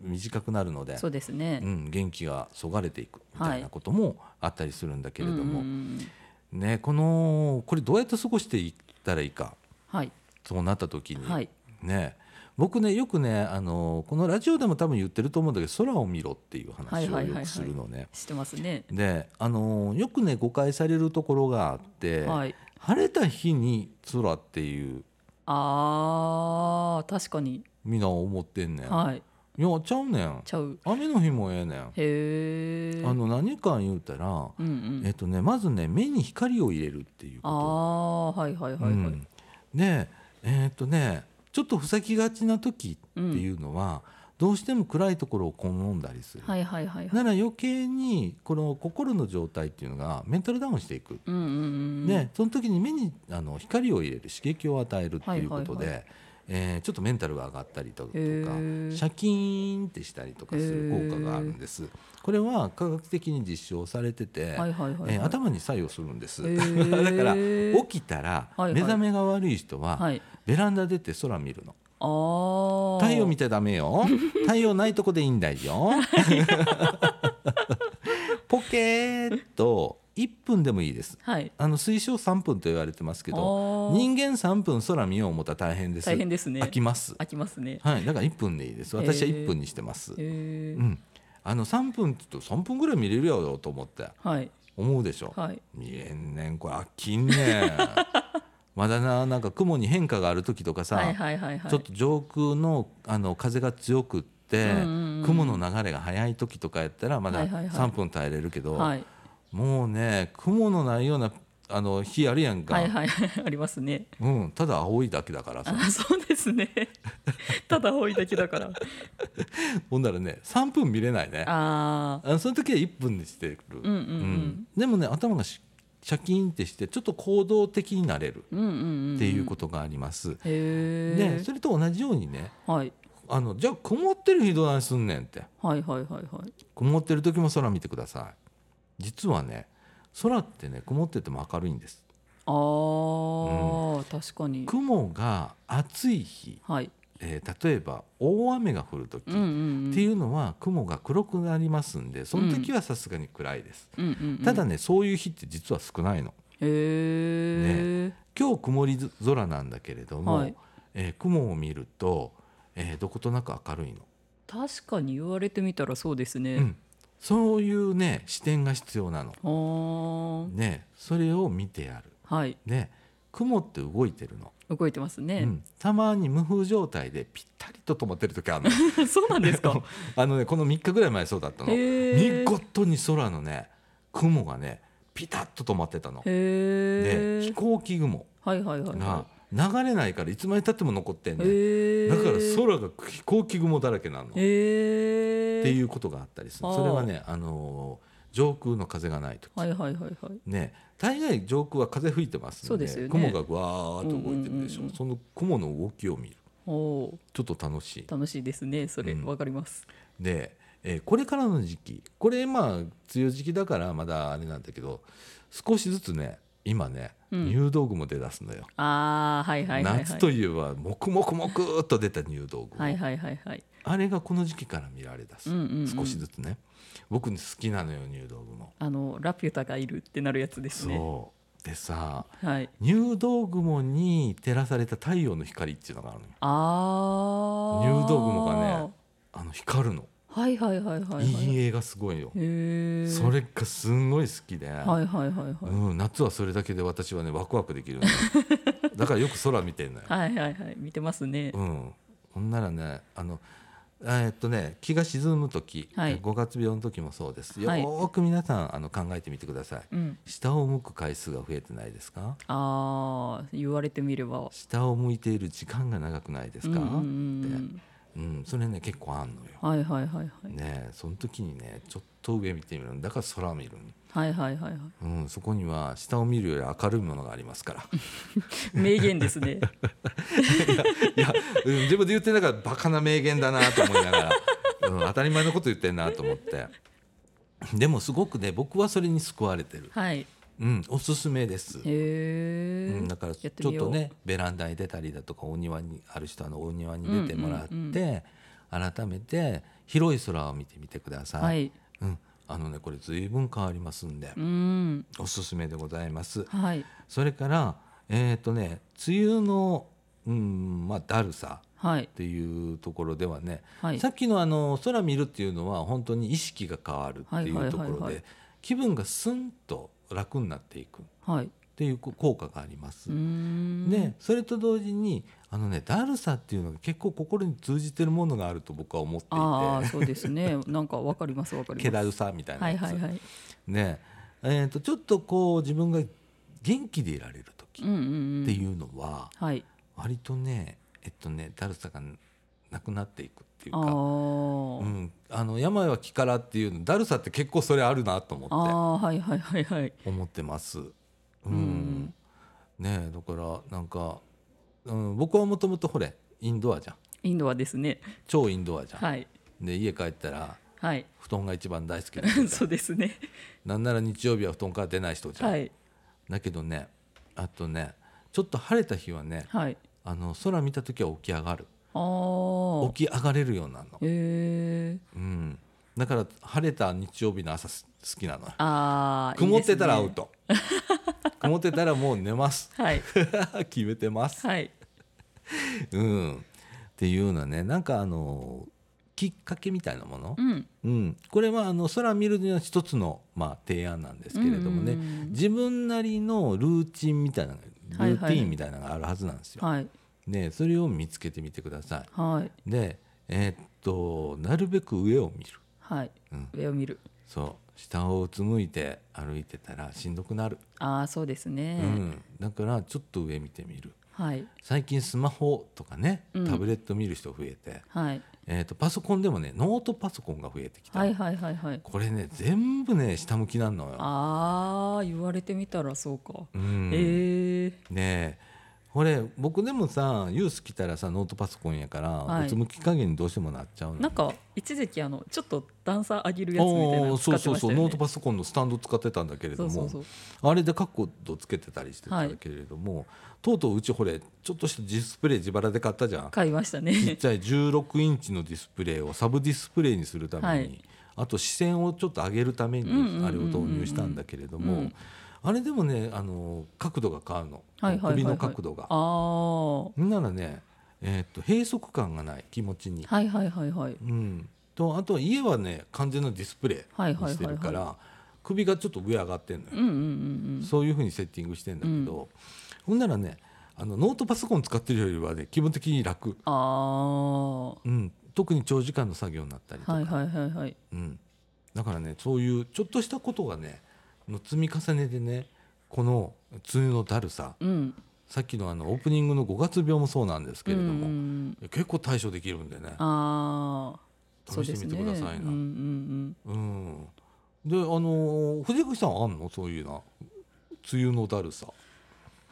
Speaker 1: 短くなるので
Speaker 2: そうですね
Speaker 1: う。ん、元気がそがれていくみたいなこともあったりするんだけれども、
Speaker 2: うんうんうん
Speaker 1: ね、このこれどうやって過ごしていったらいいか
Speaker 2: はい。
Speaker 1: そうなった時に、
Speaker 2: はい。
Speaker 1: ね、僕ねよくねあのこのラジオでも多分言ってると思うんだけど空を見ろっていう
Speaker 2: はい
Speaker 1: 話
Speaker 2: は
Speaker 1: を
Speaker 2: いはい
Speaker 1: よ
Speaker 2: はい
Speaker 1: くするのね。
Speaker 2: してますね。
Speaker 1: であのよくね誤解されるところがあって、
Speaker 2: はい。
Speaker 1: 晴れた日に空っていう
Speaker 2: ああ、確かに。
Speaker 1: みんな思ってんねん、
Speaker 2: はい。
Speaker 1: い、やちゃうねん
Speaker 2: ちゃう。
Speaker 1: 雨の日もええねん
Speaker 2: へえ。
Speaker 1: あの何か言うたら、
Speaker 2: うんうん。
Speaker 1: えっとね、まずね目に光を入れるっていう
Speaker 2: あ
Speaker 1: こ
Speaker 2: あはいはい
Speaker 1: と、
Speaker 2: はいはい、
Speaker 1: うんでえっとねちょっと塞ぎがちな時っていうのは、どうしても暗いところを好んだりする、
Speaker 2: はいはいはいはい
Speaker 1: なら余計にこの心の状態っていうのがメンタルダウンしていく
Speaker 2: うんうんうんうん
Speaker 1: でその時に目にあの光を入れる刺激を与えるっていうことで、
Speaker 2: はいは
Speaker 1: えーちょっとメンタルが上がったりだとかシ
Speaker 2: へ
Speaker 1: ャ
Speaker 2: ー
Speaker 1: キーンってしたりとかする効果があるんですこれは科学的に実証されてて、
Speaker 2: はいはいはいはい、
Speaker 1: えー頭に作用するんです、
Speaker 2: へー
Speaker 1: だから起きたら
Speaker 2: はいは
Speaker 1: 目
Speaker 2: い
Speaker 1: 覚めが悪い人は
Speaker 2: はい
Speaker 1: ベランダ出て空見るの
Speaker 2: あー
Speaker 1: 太陽見ちゃダメ よ太陽ないとこでいいんだよポケーっと1分でもいいです
Speaker 2: はい
Speaker 1: あの推奨3分と言われてますけ
Speaker 2: け
Speaker 1: ど人間3分空見よう思ったら大変です
Speaker 2: 大変ですね
Speaker 1: 飽きます
Speaker 2: 飽きますね
Speaker 1: はいだから1分でいいです私は1分にしてます、
Speaker 2: へえ、
Speaker 1: うんあの3分って言うと3分ぐらい見れるやろと思って
Speaker 2: はい
Speaker 1: 思うでしょ、
Speaker 2: はい
Speaker 1: 見えんねんこれ飽きんねんまだななんか雲に変化がある時とかさ、
Speaker 2: はいはいはいはい
Speaker 1: ちょっと上空のあの風が強くって、
Speaker 2: うんうんうん
Speaker 1: 雲の流れが速い時とかやったらまだ
Speaker 2: はいはいはい
Speaker 1: 3分耐えれるけど、
Speaker 2: はい
Speaker 1: もうね雲のないようなあの日あるやんか、
Speaker 2: はいはいはい ありますね
Speaker 1: うん、ただ青いだけだからさ
Speaker 2: あそうで すねただ多いだけだから
Speaker 1: ほんならね3分見れないね
Speaker 2: あ
Speaker 1: あのその時は1分にしてくる、
Speaker 2: うんうんうん
Speaker 1: でもね頭がしシャキーンってしてちょっと行動的になれる
Speaker 2: ーうんうんうんん
Speaker 1: っていうことがあります、
Speaker 2: へ
Speaker 1: で
Speaker 2: え
Speaker 1: それと同じようにね
Speaker 2: はい
Speaker 1: あのじゃあ曇ってる日どないすんねんって
Speaker 2: はいはいはいはい
Speaker 1: 曇ってる時も空見てください実はね空ってね曇ってても明るいんです
Speaker 2: あー、確かに
Speaker 1: 雲が暑い日
Speaker 2: はい
Speaker 1: えー例えば大雨が降る時、
Speaker 2: うんうんうん
Speaker 1: っていうのは雲が黒くなりますんでその時はさすがに暗いです、
Speaker 2: うんうんうん
Speaker 1: ただねそういう日って実は少ないの
Speaker 2: へえ、
Speaker 1: 今日曇り空なんだけれども、
Speaker 2: はい
Speaker 1: えー雲を見ると、えーどことなく明るいの、
Speaker 2: 確かに言われてみたらそうです
Speaker 1: う
Speaker 2: ね、
Speaker 1: んそういうね視点が必要なの、
Speaker 2: あー
Speaker 1: ね、それを見てやる
Speaker 2: はい
Speaker 1: で雲って動いてるの、
Speaker 2: 動いてます
Speaker 1: う
Speaker 2: ね、
Speaker 1: んたまに無風状態でぴったりと止まってる時 あるの
Speaker 2: そうなんですか
Speaker 1: あのねこの3日ぐらい前そうだったの
Speaker 2: へ
Speaker 1: 見事に空のね雲がねピタッと止まってたので
Speaker 2: え
Speaker 1: 飛行機雲
Speaker 2: はいはいはい
Speaker 1: が
Speaker 2: は
Speaker 1: 流れないからいつまでたっても残ってん
Speaker 2: い
Speaker 1: ね
Speaker 2: へえ
Speaker 1: だから空が飛行機雲だらけなのっ
Speaker 2: へ
Speaker 1: て
Speaker 2: え
Speaker 1: いううことがあったりする
Speaker 2: あー
Speaker 1: それはねあのー上空の風がない時
Speaker 2: はいはいはいはい
Speaker 1: ね大概上空は風吹いてます
Speaker 2: そ
Speaker 1: の
Speaker 2: う
Speaker 1: で
Speaker 2: ですよね
Speaker 1: 雲がぐわーっと動いてるでし
Speaker 2: うんうんうんう
Speaker 1: ょ
Speaker 2: ん
Speaker 1: その雲の動きを見る
Speaker 2: おおー
Speaker 1: ちょっと楽しい
Speaker 2: 楽しいですねそれ
Speaker 1: うん
Speaker 2: わ、かります
Speaker 1: で、えーこれからの時期これまあ梅雨時期だからまだあれなんだけど少しずつね今ね、
Speaker 2: うん
Speaker 1: 入道雲出だすのよ、
Speaker 2: ああはいはいはいはい
Speaker 1: 夏といえばもくもくもくーっと出た入道雲、
Speaker 2: はいはいはいはい
Speaker 1: あれがこの時期から見られだす、
Speaker 2: うんうんうん
Speaker 1: 少しずつね僕好きなのよ入道雲、
Speaker 2: あのラピュタがいるってなるやつですね
Speaker 1: そうでさ
Speaker 2: はい
Speaker 1: 入道雲に照らされた太陽の光っていうのがあるのよ
Speaker 2: ああ
Speaker 1: 入道雲がねあの光るの、
Speaker 2: はいはいはいはいはいい
Speaker 1: い映画すごいよ
Speaker 2: へえ
Speaker 1: それがすんごい好きで、
Speaker 2: はいはいはいはい、
Speaker 1: うん、夏はそれだけで私はねワクワクでき るんだだからよく空見てんのよ。
Speaker 2: はいはいはい見てますね、
Speaker 1: うん、ほんならねあのえーっとね気が沈む時、
Speaker 2: はい
Speaker 1: 5月病の時もそうですよ
Speaker 2: はい
Speaker 1: ーく皆さんあの考えてみてください
Speaker 2: うん
Speaker 1: 下を向く回数が増えてないですか
Speaker 2: あー言われてみれば
Speaker 1: 下を向いている時間が長くないですか、
Speaker 2: う
Speaker 1: うんん
Speaker 2: うんうん
Speaker 1: それね結構あんのよ。
Speaker 2: はいはいはいはい、
Speaker 1: ねえその時にねちょっと上見てみるんだから空見るん、
Speaker 2: はいはいはいはい
Speaker 1: うん、そこには下を見るより明るいものがあります から。
Speaker 2: 名言で すね
Speaker 1: いや、うん自分で言ってながらバカな名言だなと思いながら、うん当たり前のこと言ってんなと思ってでもすごくね僕はそれに救われてる、
Speaker 2: はいへ
Speaker 1: うん、おすすめです、う
Speaker 2: え、
Speaker 1: ん、だからちょ
Speaker 2: やってみ
Speaker 1: っ
Speaker 2: よう
Speaker 1: とねベランダに出たりだとかお庭にある人はあのお庭に出てもらって、
Speaker 2: うんうん
Speaker 1: 改めて広い空を見てみてください、
Speaker 2: はい
Speaker 1: うん、あのねこれ随分変わりますんで、
Speaker 2: うん
Speaker 1: おすすめでございます
Speaker 2: はい
Speaker 1: それからえっ、とね梅雨の、うんまあ、だるさ
Speaker 2: はい
Speaker 1: っていうところではね、
Speaker 2: はい
Speaker 1: さっきのあの空見るっていうのは本当に意識が変わるってい
Speaker 2: はいはいう
Speaker 1: とこ
Speaker 2: はい
Speaker 1: ろ
Speaker 2: はい
Speaker 1: で気分がスンと楽になっていくっ
Speaker 2: はい
Speaker 1: ていう効果があります
Speaker 2: うー。ん
Speaker 1: でそれと同時にあのねだるさっていうのが結構心に通じてるものがあると僕は思ってい
Speaker 2: ああ
Speaker 1: て
Speaker 2: そうですねなんかわかりますわか り
Speaker 1: 気だ
Speaker 2: ま
Speaker 1: る
Speaker 2: す
Speaker 1: さみたいな
Speaker 2: はい
Speaker 1: やつ、
Speaker 2: はいはい
Speaker 1: ねえーとちょっとこう自分が元気でいられる時
Speaker 2: う
Speaker 1: っ
Speaker 2: んうんうん
Speaker 1: ていうのは
Speaker 2: はい
Speaker 1: 割とねえっとねだるさがなくなっていくっていう
Speaker 2: あ
Speaker 1: か
Speaker 2: ー、
Speaker 1: うん、あの病は気からっていうのだるさって結構それあるなと
Speaker 2: あ
Speaker 1: 思っ
Speaker 2: ーはいはいはいはい
Speaker 1: て思ってます。うん
Speaker 2: ん
Speaker 1: ねえだからなんか、うん、僕はもともとほれインドアじゃん
Speaker 2: インドはですね
Speaker 1: 超インドアじゃん。
Speaker 2: はい
Speaker 1: で家帰ったら
Speaker 2: はい
Speaker 1: 布団が一番大好きな人じ ゃ
Speaker 2: そうんですね
Speaker 1: なんなら日曜日は布団から出ない人じゃん。
Speaker 2: はい
Speaker 1: だけどねあとねちょっと晴れた日はね
Speaker 2: はい
Speaker 1: あの空見た時は起き上がる
Speaker 2: ああ
Speaker 1: 起き上がれるようになるの、
Speaker 2: へえ
Speaker 1: うん、だから晴れた日曜日の朝す好きなのよ。
Speaker 2: あー
Speaker 1: 曇ってたらア
Speaker 2: いい
Speaker 1: ウ
Speaker 2: です
Speaker 1: ト曇ってたらもう寝ます
Speaker 2: ねはい
Speaker 1: 決めてます、
Speaker 2: はい
Speaker 1: うん、っていうようなねなんかあのきっかけみたいなもの
Speaker 2: う、ん
Speaker 1: うん、これはあの空見るのは一つの、まあ、提案なんですけれどもね、
Speaker 2: うんうんうん
Speaker 1: 自分なりのルーチンみたいなのが
Speaker 2: はい
Speaker 1: ルー
Speaker 2: はい
Speaker 1: ティンみたいなのがあるはずなんですよ。
Speaker 2: はい
Speaker 1: でそれを見つけてみてくださ
Speaker 2: はい
Speaker 1: い。でえーっとなるべく上を見る
Speaker 2: はい、
Speaker 1: うん
Speaker 2: 上を見る
Speaker 1: そう下をうつむいて歩いてたらしんどくなる。
Speaker 2: ああそうですね、
Speaker 1: うん、だからちょっと上見てみる
Speaker 2: はい
Speaker 1: 最近スマホとかね
Speaker 2: うん
Speaker 1: タブレット見る人増えて、
Speaker 2: はい
Speaker 1: えー、とパソコンでもねノートパソコンが増えてきた、
Speaker 2: はいはいはいはい
Speaker 1: これね全部ね下向きなのよ。
Speaker 2: ああ言われてみたらそうか、
Speaker 1: うん
Speaker 2: ええ
Speaker 1: ねえこれ僕でもさユース来たらさノートパソコンやから、
Speaker 2: はいう
Speaker 1: つむき加減にどうしてもなっちゃうの
Speaker 2: なんか一時期あのちょっと段差上げるやつみたいな
Speaker 1: お
Speaker 2: の
Speaker 1: ーそう
Speaker 2: 使って
Speaker 1: そう
Speaker 2: まし
Speaker 1: そ
Speaker 2: た
Speaker 1: う
Speaker 2: よね。
Speaker 1: ノートパソコンのスタンド使ってたんだけれども
Speaker 2: そうそうそう
Speaker 1: あれでカッコとつけてたりしてたけれども、とうとううちほれちょっとしたディスプレイ自腹で買ったじゃん
Speaker 2: 買いまし
Speaker 1: ち
Speaker 2: た
Speaker 1: っ
Speaker 2: ね。
Speaker 1: ちゃい16インチのディスプレイをサブディスプレイにするために、
Speaker 2: はい
Speaker 1: あと視線をちょっと上げるために
Speaker 2: うんうんうんうん
Speaker 1: あれを導入したんだけれども、
Speaker 2: うん
Speaker 1: あれでもねあの角度が変わるの、
Speaker 2: はいはいはいはい
Speaker 1: 首の角度が
Speaker 2: あ。あ、は
Speaker 1: なんならね、えーっと閉塞感がない気持ちに、
Speaker 2: いはいはいはい。
Speaker 1: うん、とあとは家はね完全なディスプレイ
Speaker 2: はい
Speaker 1: に
Speaker 2: はいはいはい
Speaker 1: してるから、首がちょっと上上がってんのよ、
Speaker 2: うんうんうん
Speaker 1: そういうふうにセッティングしてんだけど、ほんならねあのノートパソコン使ってるよりはね気分的に楽、
Speaker 2: うん。あ
Speaker 1: うん、特に長時間の作業になったりと
Speaker 2: あ、
Speaker 1: か、
Speaker 2: はいはいはいはい。
Speaker 1: うん、だからねそういうちょっとしたことがねの積み重ねでねこの梅雨のだるさ
Speaker 2: うん。
Speaker 1: さっきのあのオープニングの5月病もそうなんですけれども、
Speaker 2: うんうん
Speaker 1: 結構対処できるんでね
Speaker 2: うん、ああ、そうですね。
Speaker 1: 試してみてくださいな
Speaker 2: うんうん
Speaker 1: うん、であのー藤口さんはあんのそういうな梅雨のだるさ
Speaker 2: うん。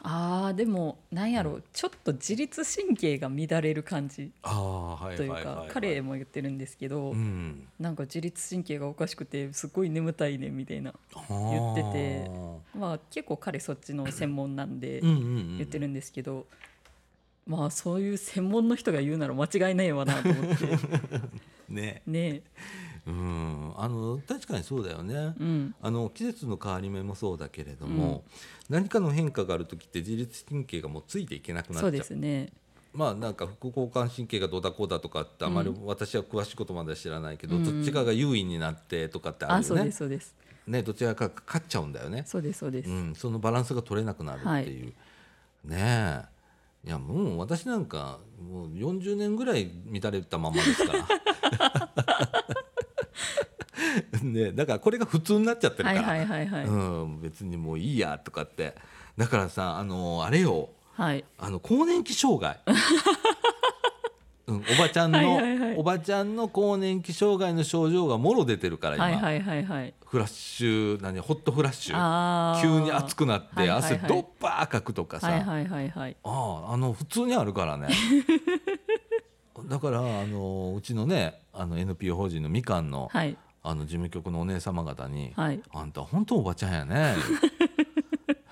Speaker 2: ああ、でもなんやろう、ちょっと自律神経が乱れる感じ
Speaker 1: ああはい
Speaker 2: と
Speaker 1: はい
Speaker 2: いう
Speaker 1: はい、は
Speaker 2: か
Speaker 1: い、、
Speaker 2: 彼も言ってるんですけど、
Speaker 1: うん、
Speaker 2: なんか自律神経がおかしくてすごい眠たいねみたいな。言っててまあ結構彼そっちの専門なんで
Speaker 1: あー、うんうんうん、
Speaker 2: 言ってるんですけど、まあそういう専門の人が言うなら間違いないわなと思って
Speaker 1: ね
Speaker 2: ね
Speaker 1: うんあの確かにそうだよね、
Speaker 2: うん
Speaker 1: あの季節の変わり目もそうだけれども、何かの変化がある時って自律神経がもうついていけなくなっち
Speaker 2: そ
Speaker 1: ゃ
Speaker 2: う
Speaker 1: う
Speaker 2: ですね
Speaker 1: まあなんか副交感神経がどうだこうだとかってあまり私は詳しいことまでは知らないけど、
Speaker 2: うん
Speaker 1: どっちかが優位になってとかって
Speaker 2: あ
Speaker 1: ある
Speaker 2: そ
Speaker 1: よ
Speaker 2: う
Speaker 1: ね
Speaker 2: ですそうです
Speaker 1: ねどちらかが勝っちゃうんだよね
Speaker 2: そうですそうです、
Speaker 1: うん、そのバランスが取れなくなるっていう、ねえいやもう私なんかもう40年ぐらい乱れたままです からねえだからこれが普通になっちゃってるか
Speaker 2: は
Speaker 1: ら、
Speaker 2: いはいはいはい、
Speaker 1: うん、別にもういいやとかってだからさあのあれよ
Speaker 2: はい
Speaker 1: あの更年期障 害うん、おばちゃんの、
Speaker 2: はいはいはい
Speaker 1: おばちゃんの更年期障害の症状がもろ出てるから今、
Speaker 2: はいはいはいはい
Speaker 1: フラッシュ何ホットフラッシュ
Speaker 2: あ
Speaker 1: 急に熱く
Speaker 2: く
Speaker 1: なっ
Speaker 2: はい
Speaker 1: て
Speaker 2: はいはい
Speaker 1: 汗ドッパーかくとかさ、
Speaker 2: はいはいはいはい
Speaker 1: あああの普通にあるから ねだからあのうちのねあの NPO 法人のみかんの,、
Speaker 2: はい
Speaker 1: あの事務局のお姉様方に、
Speaker 2: はい
Speaker 1: あんた本当おばちゃんやね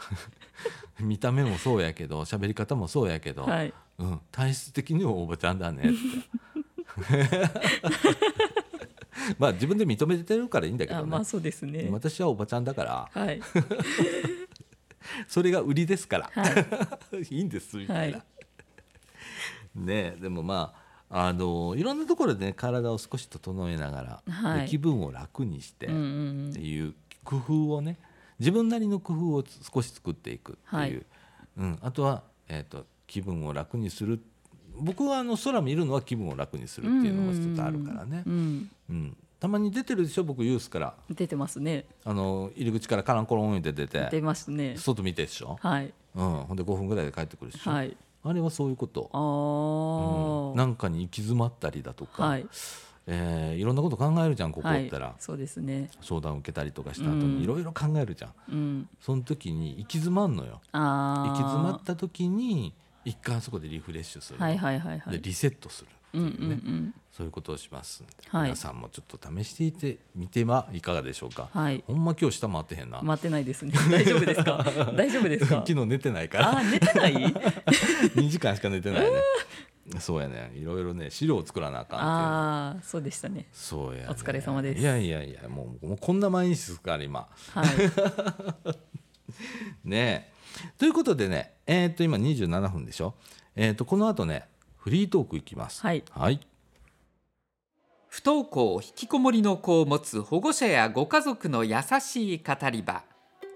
Speaker 1: 見た目もそうやけど喋り方もそうやけど、
Speaker 2: はい
Speaker 1: うん、体質的にはおばちゃんだ ねってまあ自分で認めてるからいいんだけど
Speaker 2: あ
Speaker 1: ね、
Speaker 2: まあそうですね
Speaker 1: 私はおばちゃんだから
Speaker 2: はい
Speaker 1: それが売りですから、
Speaker 2: は い
Speaker 1: いいんですみたいな、
Speaker 2: はい
Speaker 1: ねえでもまああのいろんなところでね体を少し整えながら、
Speaker 2: はい
Speaker 1: で気分を楽にして、
Speaker 2: うんうんう
Speaker 1: って
Speaker 2: ん
Speaker 1: いう工夫をね自分なりの工夫を少し作っていくっていう、
Speaker 2: はい
Speaker 1: うん、あとは、えー、と気分を楽にする僕はあの空見るのは気分を楽にするっていうのも一つあるからね、
Speaker 2: うんうん
Speaker 1: うんたまに出てるでしょ僕ユースから
Speaker 2: 出てますね
Speaker 1: あの入り口からカランコロン言うて出
Speaker 2: 出
Speaker 1: て
Speaker 2: ますね
Speaker 1: 外見てでしょ、
Speaker 2: はい
Speaker 1: うん、ほんで5分ぐらいで帰ってくるでしょ、
Speaker 2: はい
Speaker 1: あれはそういうこと
Speaker 2: あ、
Speaker 1: う
Speaker 2: あ、
Speaker 1: ん、なんかに行き詰まったりだとか、
Speaker 2: はいい
Speaker 1: えーいろんなこと考えるじゃんここおったら、
Speaker 2: はい、そうですね
Speaker 1: 相談を受けたりとかした後
Speaker 2: うん
Speaker 1: にいろいろ考えるじゃん、
Speaker 2: うん
Speaker 1: その時に行き詰まんのよ
Speaker 2: ああ
Speaker 1: 行き詰まった時に一回そこでリフレッシュする、
Speaker 2: はいはいはいは
Speaker 1: で
Speaker 2: い
Speaker 1: リセットするって
Speaker 2: う
Speaker 1: い
Speaker 2: ん
Speaker 1: う
Speaker 2: う
Speaker 1: ね、
Speaker 2: ん
Speaker 1: そういうことをしますんで、
Speaker 2: はい
Speaker 1: 皆さんもちょっと試していてみてはいかがでしょうか、
Speaker 2: うんはい
Speaker 1: ほんま今日下回ってへんな、
Speaker 2: 待ってないですね 大丈夫ですか 大丈夫ですか
Speaker 1: 昨日寝てないから
Speaker 2: あー寝てない
Speaker 1: 2時間しか寝てないねそうやねいろいろね資料を作らなあかんっていうの
Speaker 2: ああそうでしたね
Speaker 1: そうや、ね、
Speaker 2: お疲れ様です
Speaker 1: いやいやいやもうもうこんな毎日ですから今
Speaker 2: はい
Speaker 1: ねえということでねえっ、と今27分でしょえっ、とこの後ねフリートークいきます
Speaker 2: はい
Speaker 1: はい
Speaker 3: 不登校引きこもりの子を持つ保護者やご家族の優しい語り場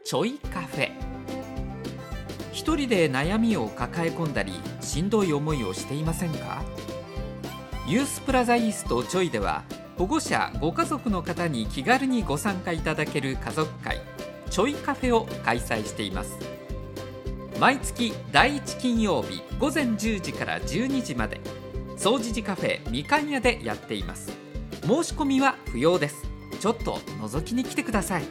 Speaker 3: ちょいカフェ一人で悩みを抱え込んだりしんどい思いをしていませんかユースプラザイーストちょいでは保護者ご家族の方に気軽にご参加いただける家族会ちょいカフェを開催しています毎月第1金曜日午前10時から12時まで総除時カフェみかん屋でやっています申し込みは不要ですちょっと覗きに来てください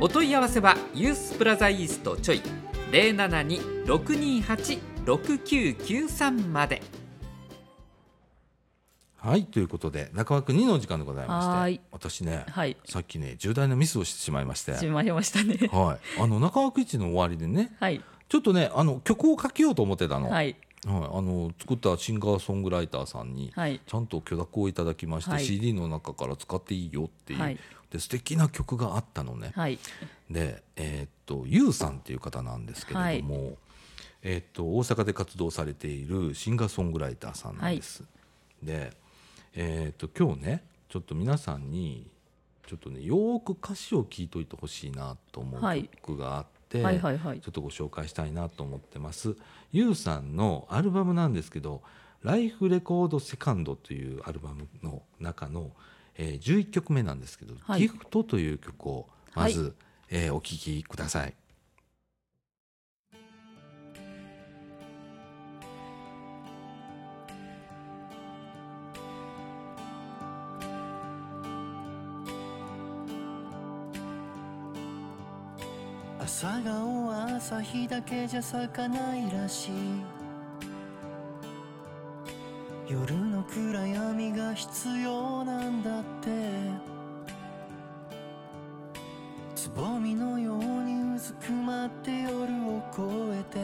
Speaker 3: お問い合わせはユースプラザイーストちょい072-628-6088 6993まで
Speaker 1: はいということで中川君2のお時間でございま
Speaker 2: は
Speaker 1: して
Speaker 2: い
Speaker 1: 私ね
Speaker 2: はい
Speaker 1: さっきね重大なミスをしてしまいまして
Speaker 2: しまいましたね
Speaker 1: はい、あの中川く一の終わりでね
Speaker 2: はい
Speaker 1: ちょっとねあの曲を書きようと思ってたの,、
Speaker 2: はい
Speaker 1: はい、あの作ったシンガーソングライターさんに、
Speaker 2: はい
Speaker 1: ちゃんと許諾をいただきまして、
Speaker 2: はい
Speaker 1: CD の中から使っていいよっていう、
Speaker 2: はい
Speaker 1: で素敵な曲があったのね、
Speaker 2: はい
Speaker 1: で、えーっとゆうさんっていう方なんですけれども、えーっと大阪で活動されているシンガーソングライターさんなんです。で、えーっと今日ねちょっと皆さんにちょっとねよーく歌詞を聞いといてほしいなと思
Speaker 2: は
Speaker 1: う
Speaker 2: い
Speaker 1: 曲があって、
Speaker 2: はいはいはい
Speaker 1: ちょっとご紹介したいなと思ってます。ゆうさんのアルバムなんですけど「ライフレコードセカンド」というアルバムの中の、えー、11曲目なんですけど「
Speaker 2: はい
Speaker 1: ギフト」という曲をまず、えーお聴きください。
Speaker 4: 朝顔は朝日だけじゃ咲かないらしい夜の暗闇が必要なんだってつぼみのようにうずくまって夜を越えて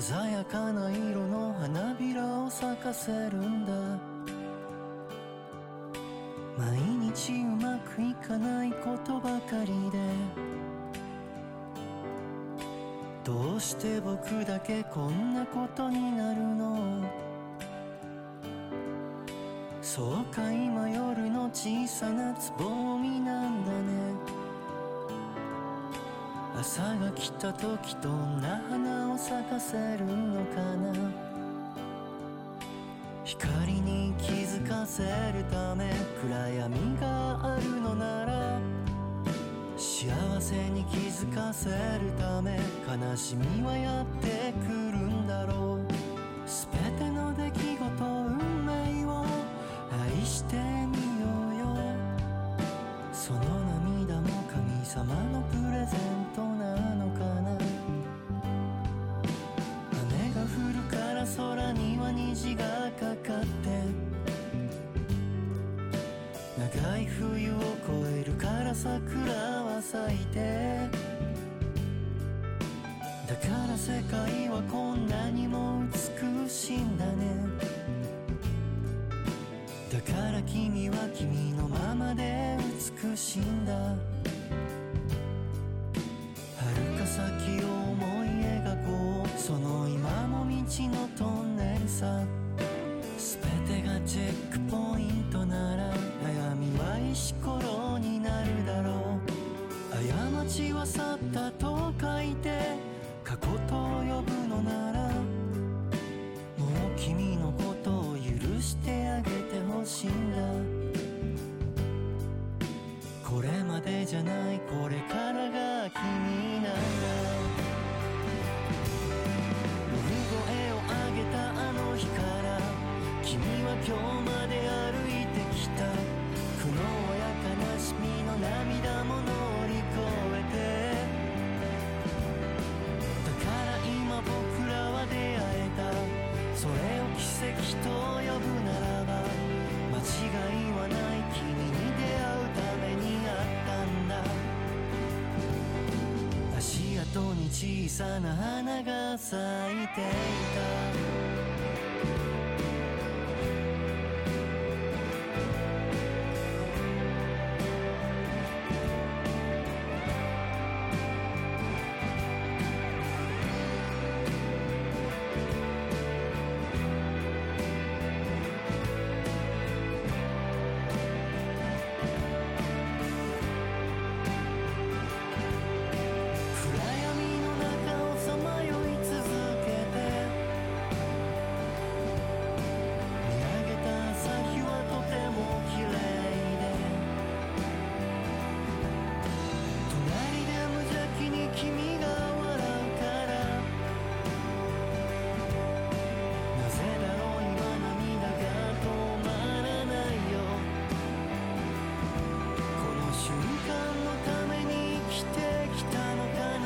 Speaker 4: 鮮やかな色の花びらを咲かせるんだ毎日うまくいかないことばかりでどうして僕だけこんなことになるのそうか今夜の小さなつぼみなんだね朝が来た時どんな花を咲かせるのかな光に気づかせるため暗闇があるのなら幸せに気づかせるため悲しみはやってくるんだろう全ての出来事運命を愛してみようよその涙も神様のプレゼントなのかな雨が降るから空には虹がかかって長い冬を越えるから桜は咲いてだから世界はこんなにも美しいんだねだから君は君のままで美しいんだ遥か先を思い描こうその今も道のトンネルさ全てがチェックポイントなら悩みは石ころになるだろう過ちは去ったと書いて過去と呼ぶのならもう君のことを許してあげてほしいんだこれまでじゃないこれからが君なんだ産声を上げたあの日から君は今日まで歩いてきた苦悩や悲しみの涙も乗り越えてだから今僕らは出会えたそれを奇跡と呼ぶならば間違いはない君に出会うためにあったんだ足跡に小さな花が咲いていた暗闇の中をさまよい続けて見上げた朝日はとても綺麗で隣で無邪気に君が笑うからなぜだろう今涙が止まらないよこの瞬間のために生きてきたのかな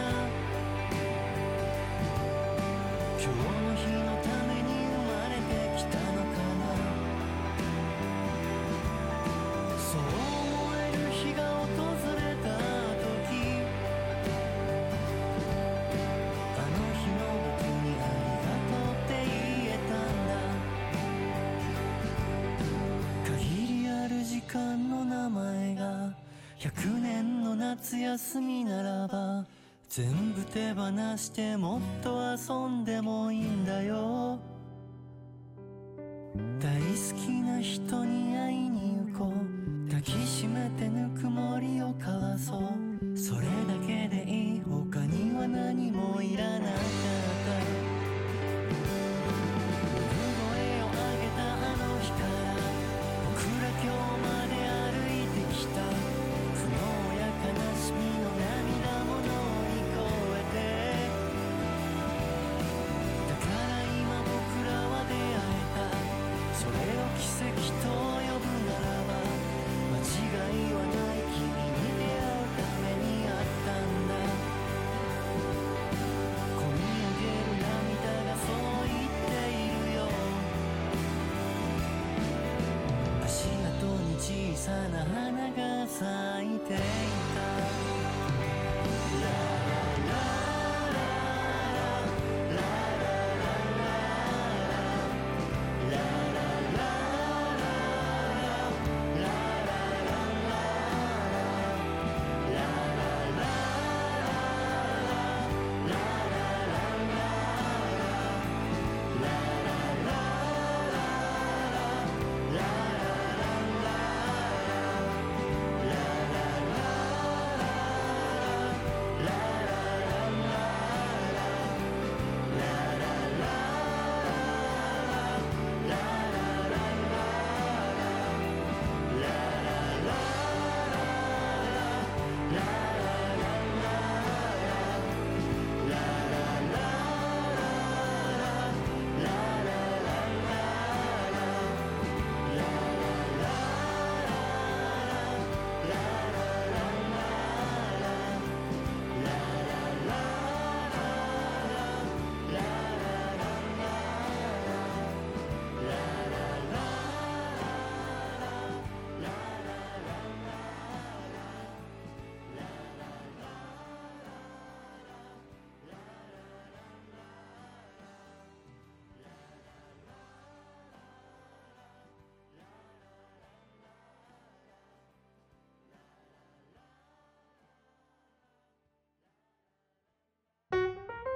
Speaker 4: 100年の夏休みならば全部手放してもっと遊んでもいいんだよ大好きな人に会いに行こう抱きしめてぬくもりを交わそうそれだけでいい他には何もいらなかった「声を上げたあの日から僕ら今日まで歩いてきた」「苦悩や悲しみの涙も乗り越えて」「だから今僕らは出会えた」「それを奇跡と呼ぶならば」「間違いはない君に出会うためにあったんだ」「こみ上げる涙がそう言っているよ」「足跡に小さな花が咲いていた」「ラララララララララララララララララララ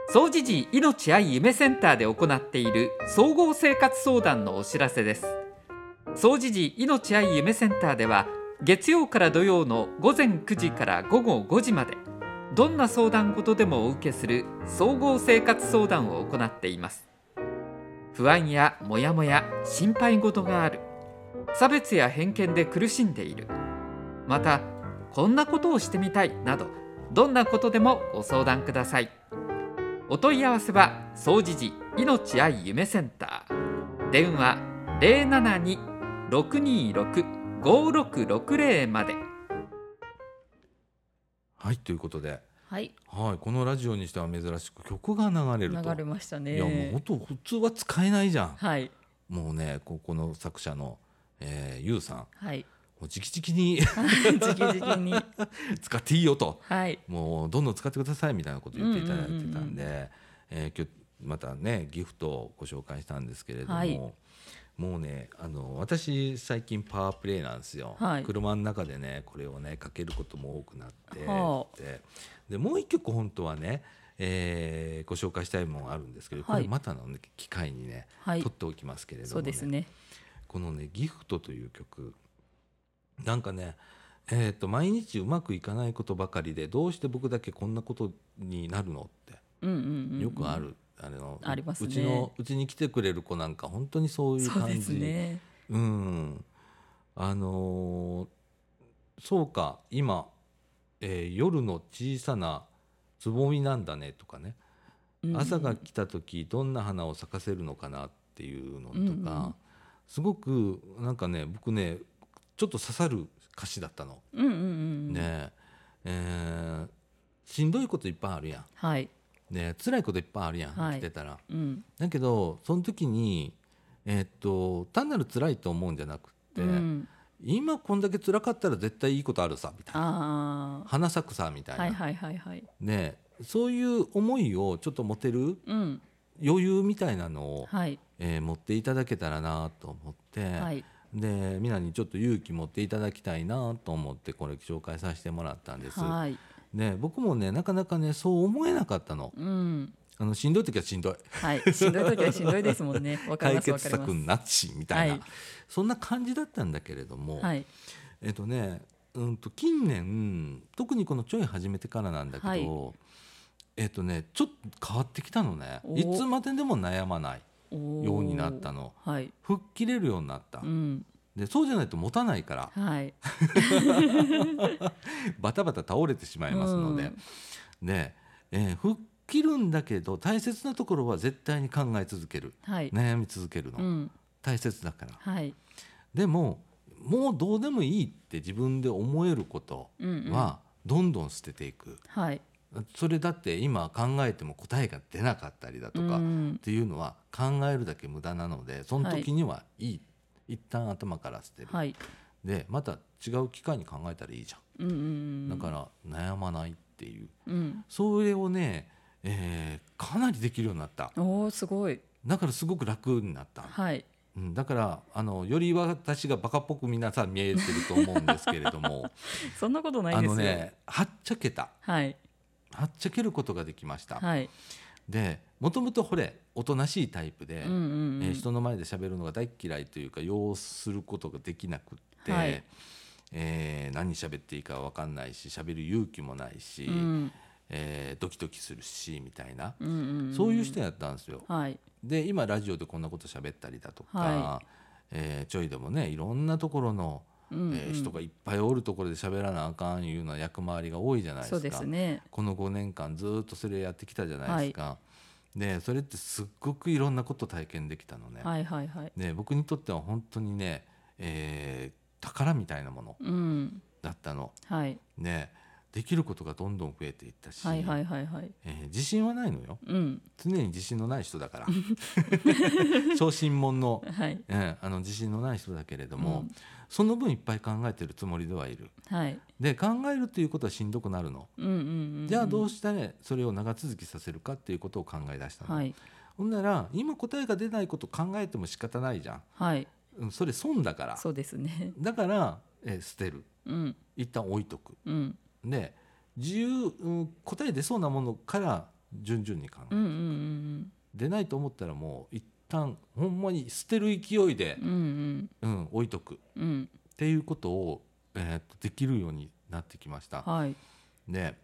Speaker 3: 総知事命愛夢センターで行っている総合生活相談のお知らせです総知事命愛夢センターでは月曜から土曜の午前9時から午後5時までどんな相談事でもお受けする総合生活相談を行っています不安やモヤモヤ心配事がある差別や偏見で苦しんでいるまたこんなことをしてみたいなどどんなことでもご相談くださいお問い合わせは総持寺命愛夢センター電話072-626-5660まで
Speaker 1: はいということで、
Speaker 2: はい
Speaker 1: はい、このラジオにしては珍しく曲が流れると
Speaker 2: 流れましたね
Speaker 1: いやもう本当普通は使えないじゃん
Speaker 2: はい
Speaker 1: もうねここの作者の、えー、ゆうさんも
Speaker 2: はいう
Speaker 1: 直々に
Speaker 2: 直々に
Speaker 1: 使っていいよと
Speaker 2: はい
Speaker 1: もうどんどん使ってくださいみたいなこと言っていただいてたんで、
Speaker 2: うん
Speaker 1: えー今日またねギフトをご紹介したんですけれども、
Speaker 2: はい
Speaker 1: もうねあの私最近パワープレイなんですよ、
Speaker 2: はい
Speaker 1: 車の中でねこれをねかけることも多くなって、
Speaker 2: は
Speaker 1: ででもう一曲本当はね、えーご紹介したいもんあるんですけど、
Speaker 2: は
Speaker 1: こ
Speaker 2: い
Speaker 1: れまたの、ね、機会にね、
Speaker 2: はい
Speaker 1: 取っておきますけれども、
Speaker 2: そうですね
Speaker 1: このね「ギフト」という曲なんかねえー、と毎日うまくいかないことばかりでどうして僕だけこんなことになるのっ
Speaker 2: うんうんうん
Speaker 1: てよくある、あの
Speaker 2: ありますね
Speaker 1: うちのうちに来てくれる子なんか本当にそういう
Speaker 2: そう
Speaker 1: 感じ
Speaker 2: ですね
Speaker 1: うんあのーそうか今、えー夜の小さなつぼみなんだね」とかね
Speaker 2: うん
Speaker 1: 朝が来た時どんな花を咲かせるのかなっていうのとか、
Speaker 2: うんうん
Speaker 1: すごくなんかね僕ねちょっと刺さる歌詞だったの。
Speaker 2: うんうんうん
Speaker 1: ねええーしんどいこといっぱいあるや
Speaker 2: はい
Speaker 1: ん、ねえ、辛いこといっぱいあるやん、
Speaker 2: はい
Speaker 1: 生きてたら。
Speaker 2: うん
Speaker 1: だけどその時に、えーっと単なる辛いと思うんじゃなくって、
Speaker 2: うん
Speaker 1: 今こんだけ辛かったら絶対いいことあるさみたいな
Speaker 2: あ
Speaker 1: 花咲くさみた
Speaker 2: あ
Speaker 1: いな、
Speaker 2: はいはいはいはい
Speaker 1: ねえそういう思いをちょっと持てる
Speaker 2: うん
Speaker 1: 余裕みたいなのを
Speaker 2: はい
Speaker 1: えー持っていただけたらなと思って、
Speaker 2: はい
Speaker 1: で皆にちょっと勇気持っていただきたいなと思ってこれ紹介させてもらったんです、
Speaker 2: はい。
Speaker 1: ね、僕もねなかなかねそう思えなかったの
Speaker 2: うん。
Speaker 1: あのしんどい時はしんどい
Speaker 2: はい。しんどい時はしんどいですも んね。わかり
Speaker 1: 解
Speaker 2: ま
Speaker 1: 決
Speaker 2: す。わかり
Speaker 1: 策
Speaker 2: ま
Speaker 1: なしみたいな、
Speaker 2: はい
Speaker 1: そんな感じだったんだけれども、
Speaker 2: す。はい。
Speaker 1: えっとね、うん、と近年特にこのちょい始めてからなんだけど、
Speaker 2: はい
Speaker 1: えっとねちょっと変わってきたのね
Speaker 2: お
Speaker 1: いつまででも悩まないよ
Speaker 2: よ
Speaker 1: うになった。の
Speaker 2: はい。
Speaker 1: 吹っ切れるようになった、
Speaker 2: うん。
Speaker 1: でそうじゃないと持たないから
Speaker 2: はい。
Speaker 1: バタバタ倒れてしまいますので、で、えー吹っ切るんだけど大切なところは絶対に考え続ける
Speaker 2: はい。
Speaker 1: 悩み続けるの、
Speaker 2: うん。
Speaker 1: 大切だから
Speaker 2: はい。
Speaker 1: でももうどうでもいいって自分で思えること
Speaker 2: うん、うん。。
Speaker 1: はどんどん捨てていく、
Speaker 2: はい。
Speaker 1: それだって今考えても答えが出なかったりだとか
Speaker 2: う
Speaker 1: っ
Speaker 2: ん
Speaker 1: ていうのは考えるだけ無駄なのでその時にはいい、一旦頭から捨てる、
Speaker 2: はい。
Speaker 1: でまた違う機会に考えたらいいじゃ
Speaker 2: うんうんうん。
Speaker 1: んだから悩まないっていう
Speaker 2: ら。うん。
Speaker 1: それをね、えーかなりできるようになった
Speaker 2: おお、すごい。
Speaker 1: だからすごく楽になった、
Speaker 2: はい。
Speaker 1: うん、だからあのより私がバカっぽく皆さん見えてると思うんですけれど も
Speaker 2: そんなことない
Speaker 1: あ
Speaker 2: ですよ。
Speaker 1: のねはっちゃけた
Speaker 2: はい。
Speaker 1: はっちゃけることができました、
Speaker 2: はい。
Speaker 1: でもともとほれおとなしいタイプで、
Speaker 2: うんうんうん。
Speaker 1: えー人の前で喋るのが大っ嫌いというか要することができなくって、
Speaker 2: はい
Speaker 1: えー何喋っていいか分かんないし喋る勇気もないし、
Speaker 2: うん。
Speaker 1: えードキドキするしみたいな、
Speaker 2: うんうんん。
Speaker 1: そういう人やったんですよ。
Speaker 2: はい。
Speaker 1: で今ラジオでこんなこと喋ったりだとか、
Speaker 2: は
Speaker 1: えーちょいでもねいろんなところの、
Speaker 2: うんうん、
Speaker 1: えー人がいっぱいおるところで喋らなあかんいうような役回りが多いじゃないですか。
Speaker 2: そうですね。
Speaker 1: この5年間ずっとそれやってきたじゃないですか、でそれってすっごくいろんなこと体験できたのね、
Speaker 2: はいはいはい。
Speaker 1: で僕にとっては本当にね、えー宝みたいなもの
Speaker 2: うん。
Speaker 1: だったの
Speaker 2: はい。
Speaker 1: ねできることがどんどん増えていったし、
Speaker 2: はいはいはいはい。
Speaker 1: えー自信はないのよ
Speaker 2: うん。
Speaker 1: 常に自信のない人だ から小心者の,、
Speaker 2: はい。
Speaker 1: うん、あの自信のない人だけれども、その分いっぱい考えてるつもりではいる
Speaker 2: うん、はい。
Speaker 1: で考えるということはしんどくなるの
Speaker 2: うんうんうんうん。
Speaker 1: じゃあどうしたらそれを長続きさせるかっていうことを考え出したの、
Speaker 2: はい
Speaker 1: ほんなら今答えが出ないこと考えても仕方ないじゃん
Speaker 2: はい。
Speaker 1: うんそれ損だから
Speaker 2: そうですね。
Speaker 1: だから、えー捨てる
Speaker 2: うん
Speaker 1: 一旦置いとく
Speaker 2: うん
Speaker 1: で自由、うん答え出そうなものから順々に考え
Speaker 2: うんうんうん
Speaker 1: 出ないと思ったらもう一旦ほんまに捨てる勢いで
Speaker 2: うんう、
Speaker 1: う
Speaker 2: ん
Speaker 1: ん、置いとくっ
Speaker 2: うんうん
Speaker 1: ていうことを、えーっとできるようになってきました。
Speaker 2: はい
Speaker 1: で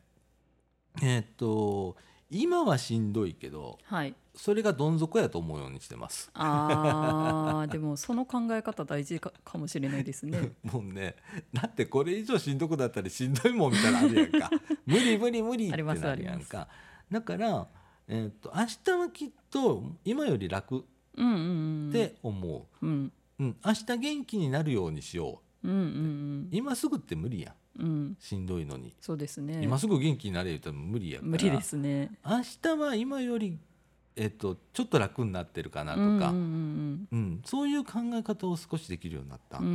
Speaker 1: えーっと今はしんどいけど
Speaker 2: はい。
Speaker 1: それがどん底やと思うようにしてます。
Speaker 2: あ あでもその考え方大事かかもしれないですね。
Speaker 1: もうねだってこれ以上しんどくなったりしんどいもんみたいなのあるやん か無理無理無理って
Speaker 2: あります
Speaker 1: なるやんかだから、えーっと明日はきっと今より楽
Speaker 2: うんうんうん。
Speaker 1: って思
Speaker 2: うん
Speaker 1: う、うん明日元気になるようにしよう
Speaker 2: うんうん
Speaker 1: 今すぐって無理やん
Speaker 2: うんうん
Speaker 1: しんどいのに、
Speaker 2: そうですね。
Speaker 1: 今すぐ元気になれ言ったら無理やから
Speaker 2: 無理ですね。
Speaker 1: 明日は今より、えーっとちょっと楽になってるかなと
Speaker 2: うんうん
Speaker 1: か、
Speaker 2: う
Speaker 1: うん
Speaker 2: ん
Speaker 1: そういう考え方を少しできるようになった、
Speaker 2: うんう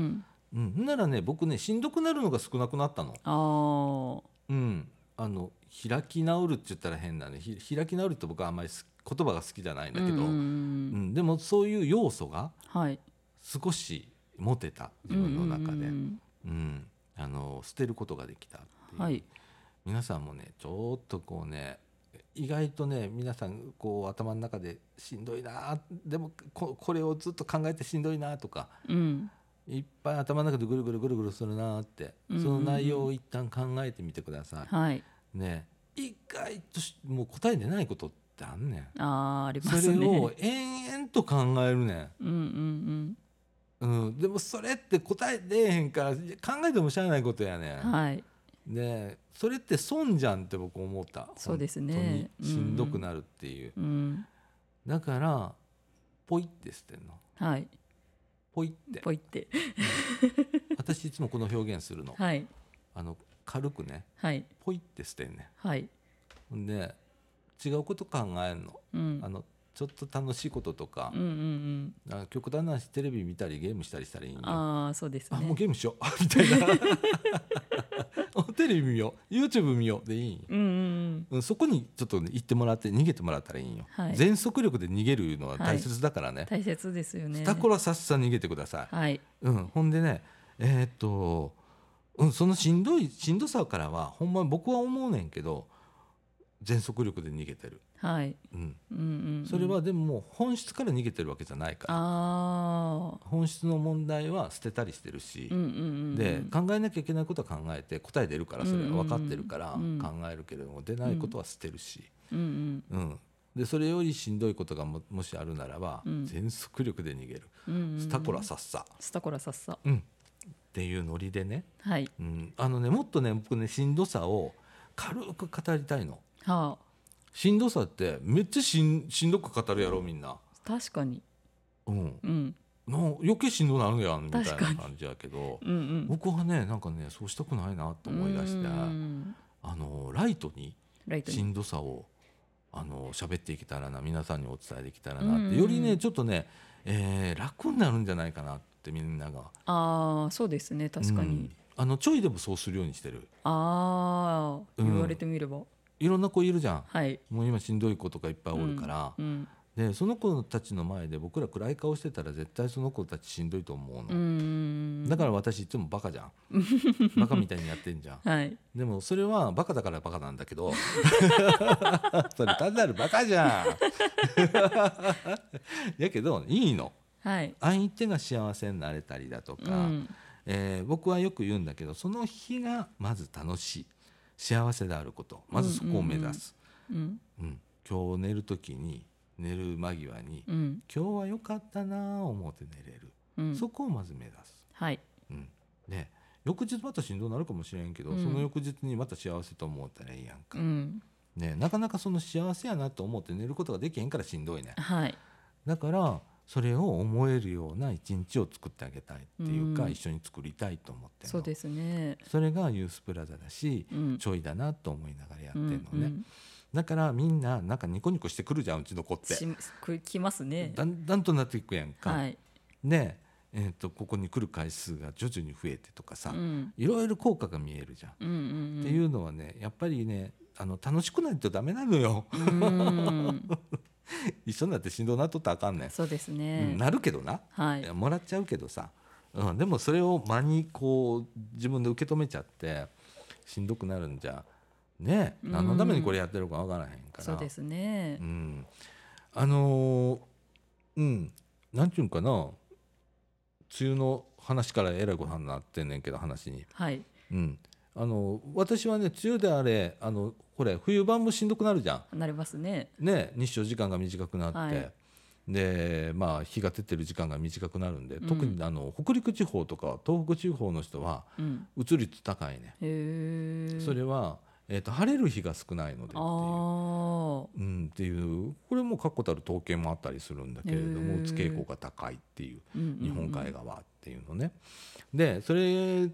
Speaker 2: ん。
Speaker 1: うん、ならね僕ねしんどくなるのが少なくなったの。
Speaker 2: ああ
Speaker 1: うん、あの開き直るって言ったら変だねひ開き直るって僕はあんまりす言葉が好きじゃないんだけど、
Speaker 2: うんうん
Speaker 1: うん
Speaker 2: うん
Speaker 1: でもそういう要素が
Speaker 2: はい。
Speaker 1: 少し持てた自分の中で、う
Speaker 2: うんんうん
Speaker 1: あの捨てることができたって
Speaker 2: う
Speaker 1: い
Speaker 2: ん
Speaker 1: う、
Speaker 2: はい。
Speaker 1: 皆さんもねちょっとこうね意外とね皆さんこう頭の中でしんどいなでもここれをずっと考えてしんどいなとか
Speaker 2: うん
Speaker 1: いっぱい頭の中でぐるぐるぐるぐるするなって、
Speaker 2: うんうん
Speaker 1: そ
Speaker 2: うん
Speaker 1: の内容を一旦考えてみてください。
Speaker 2: はい。
Speaker 1: ね意外としもう答え出ないことってあんねん
Speaker 2: ああありま
Speaker 1: そ
Speaker 2: す
Speaker 1: れ
Speaker 2: ね。
Speaker 1: を延々と考えるねん、
Speaker 2: うんうん
Speaker 1: うん、でもそれって答え出えへんから考えてもしゃあないことやね
Speaker 2: うん。はい。
Speaker 1: んねそれって損じゃんって僕思った
Speaker 2: そうですね
Speaker 1: 本当にしんどくなるっていう、
Speaker 2: うん。
Speaker 1: だからポイって捨てんの
Speaker 2: はい。
Speaker 1: ポイって
Speaker 2: ポイって。
Speaker 1: 私いつもこの表現するの
Speaker 2: はい。
Speaker 1: あの軽くね
Speaker 2: はい。
Speaker 1: ポイって捨てんねん
Speaker 2: はい。
Speaker 1: ほんで違うこと考えんの
Speaker 2: うん。
Speaker 1: あのちょっと楽しいこととか
Speaker 2: うん、うん
Speaker 1: あ極端な話テレビ見たりゲームしたりしたらいいん
Speaker 2: う
Speaker 1: よ
Speaker 2: ん。
Speaker 1: あ
Speaker 2: ああ、そうですね。
Speaker 1: もうゲームしようみたいなおテテレビ見よう YouTube 見ようでいいんよ
Speaker 2: うんうん
Speaker 1: うんそこにちょっとね行ってもらって逃げてもらったらいいんよ、
Speaker 2: はい
Speaker 1: 全速力で逃げるのは大切だからね、
Speaker 2: 大切ですよね
Speaker 1: スタコラさっさ逃げてください、
Speaker 2: はい
Speaker 1: うん、ほんでねえーっと、うん、そのしんどいしんどさからはほんま僕は思うねんけど全速力で逃げてる、
Speaker 2: はい
Speaker 1: うん、
Speaker 2: うんうんうん
Speaker 1: それはでももう本質から逃げてるわけじゃないから、
Speaker 2: あ
Speaker 1: 本質の問題は捨てたりしてるし、
Speaker 2: あうんうんうん
Speaker 1: で考えなきゃいけないことは考えて答え出るからそれは
Speaker 2: うんうんうん
Speaker 1: 分かってるから
Speaker 2: うん
Speaker 1: 考えるけれども出ないことは捨てるし、
Speaker 2: うんうん
Speaker 1: うん、でそれよりしんどいことがももしあるならば
Speaker 2: うん
Speaker 1: 全速力で逃げる
Speaker 2: うんうんうん
Speaker 1: スタコラさっさ、
Speaker 2: スタコラさっさ
Speaker 1: うん、っていうノリでね、
Speaker 2: はい
Speaker 1: うん、あのねもっとね僕ねしんどさを軽く語りたいの。
Speaker 2: はあ
Speaker 1: しんどさってめっちゃしんしんどく語るやろみんな。
Speaker 2: 確かに
Speaker 1: うん、
Speaker 2: うん
Speaker 1: なん余計しんどなるやんみたいな
Speaker 2: 確かに
Speaker 1: 感じやけど
Speaker 2: うんうん
Speaker 1: 僕はねなんかねそうしたくないなと思い出して。
Speaker 2: うん
Speaker 1: あのライトに
Speaker 2: ライトに
Speaker 1: しんどさをあの喋っていけたらな皆さんにお伝えできたら
Speaker 2: うん
Speaker 1: な
Speaker 2: う
Speaker 1: っ
Speaker 2: んう
Speaker 1: て
Speaker 2: ん
Speaker 1: よりねちょっとね、えー楽になるんじゃないかなってみんなが
Speaker 2: ああそうですね確かに、
Speaker 1: うんあのちょいでもそうするようにしてる
Speaker 2: ああ
Speaker 1: うん
Speaker 2: 言われてみれば、
Speaker 1: いろんな子いるじゃん
Speaker 2: はい
Speaker 1: もう今しんどい子とかいっぱいおるから、
Speaker 2: うん
Speaker 1: でその子たちの前で僕ら暗い顔してたら絶対その子たちしんどいと思うの、
Speaker 2: うん
Speaker 1: だから私いつもバカじ ゃんバカみたいにやってんじゃん
Speaker 2: らはい
Speaker 1: でもそれはバカだからバカなんだ けどそれ単なるバカじ ゃんやけどいいの
Speaker 2: はい
Speaker 1: 相手が幸せになれたりだとか、
Speaker 2: うん
Speaker 1: えー僕はよく言うんだけどその日がまず楽しい幸せであることまずそこを目指す、
Speaker 2: うん
Speaker 1: うん今日寝る時に寝る間際に、
Speaker 2: うん
Speaker 1: 今日は良かったなあ思って寝れる、
Speaker 2: うん
Speaker 1: そこをまず目指す。
Speaker 2: はい
Speaker 1: うん、で翌日またしんどなるかもしれんけど、
Speaker 2: うん
Speaker 1: その翌日にまた幸せと思ったらいいやんか
Speaker 2: う、ん
Speaker 1: ね、なかなかその幸せやなと思って寝ることができへんからしんどいね
Speaker 2: はい
Speaker 1: だからそれを思えるような一日を作ってあげたいっていうか、
Speaker 2: うん
Speaker 1: 一緒に作りたいと思ってんの
Speaker 2: そうですね
Speaker 1: それがユースプラザだし、
Speaker 2: うん
Speaker 1: ちょいだなと思いながらやって
Speaker 2: う
Speaker 1: るのね、
Speaker 2: んうん
Speaker 1: だからみんななんかニコニコしてくるじゃんうちの子って
Speaker 2: しくきますね
Speaker 1: だんだんとなっていくやんか、
Speaker 2: はい
Speaker 1: で、えー、とここに来る回数が徐々に増えてとかさ、
Speaker 2: うん
Speaker 1: いろいろ効果が見えるじゃん
Speaker 2: うんうん
Speaker 1: っていううのはねやっぱりねあの楽しくないとダメなのよ
Speaker 2: うん
Speaker 1: 一緒になってしんどなっとったらあかんねん、
Speaker 2: そうです
Speaker 1: う
Speaker 2: ね
Speaker 1: んなるけどな、
Speaker 2: はいい
Speaker 1: やもらっちゃうけどさ、うん、でもそれを間にこう自分で受け止めちゃってしんどくなるんじゃねえ
Speaker 2: うん
Speaker 1: 何のためにこれやってるかわからへんから
Speaker 2: そうですね
Speaker 1: うん、あのーうんなんていうんかな梅雨の話からえらいご飯になってんねんけど話に。
Speaker 2: はい
Speaker 1: うん、あの私はね梅雨であれあのこれ冬場もしんどくなるじゃん、
Speaker 2: なりますね
Speaker 1: ね、日照時間が短くなって、
Speaker 2: はい
Speaker 1: でまあ、日が出てる時間が短くなるんで、
Speaker 2: うん
Speaker 1: 特にあの北陸地方とか東北地方の人は
Speaker 2: うん
Speaker 1: うつ率高いね、
Speaker 2: へえ
Speaker 1: それは、えー、と晴れる日が少ないのでってい
Speaker 2: あ
Speaker 1: う。
Speaker 2: あ
Speaker 1: うん、っていうこれも確固たる統計もあったりするんだけれど
Speaker 2: へ
Speaker 1: もう
Speaker 2: ー
Speaker 1: つ傾向が高いっていう日
Speaker 2: 日
Speaker 1: 本海側っていうのね。でそれ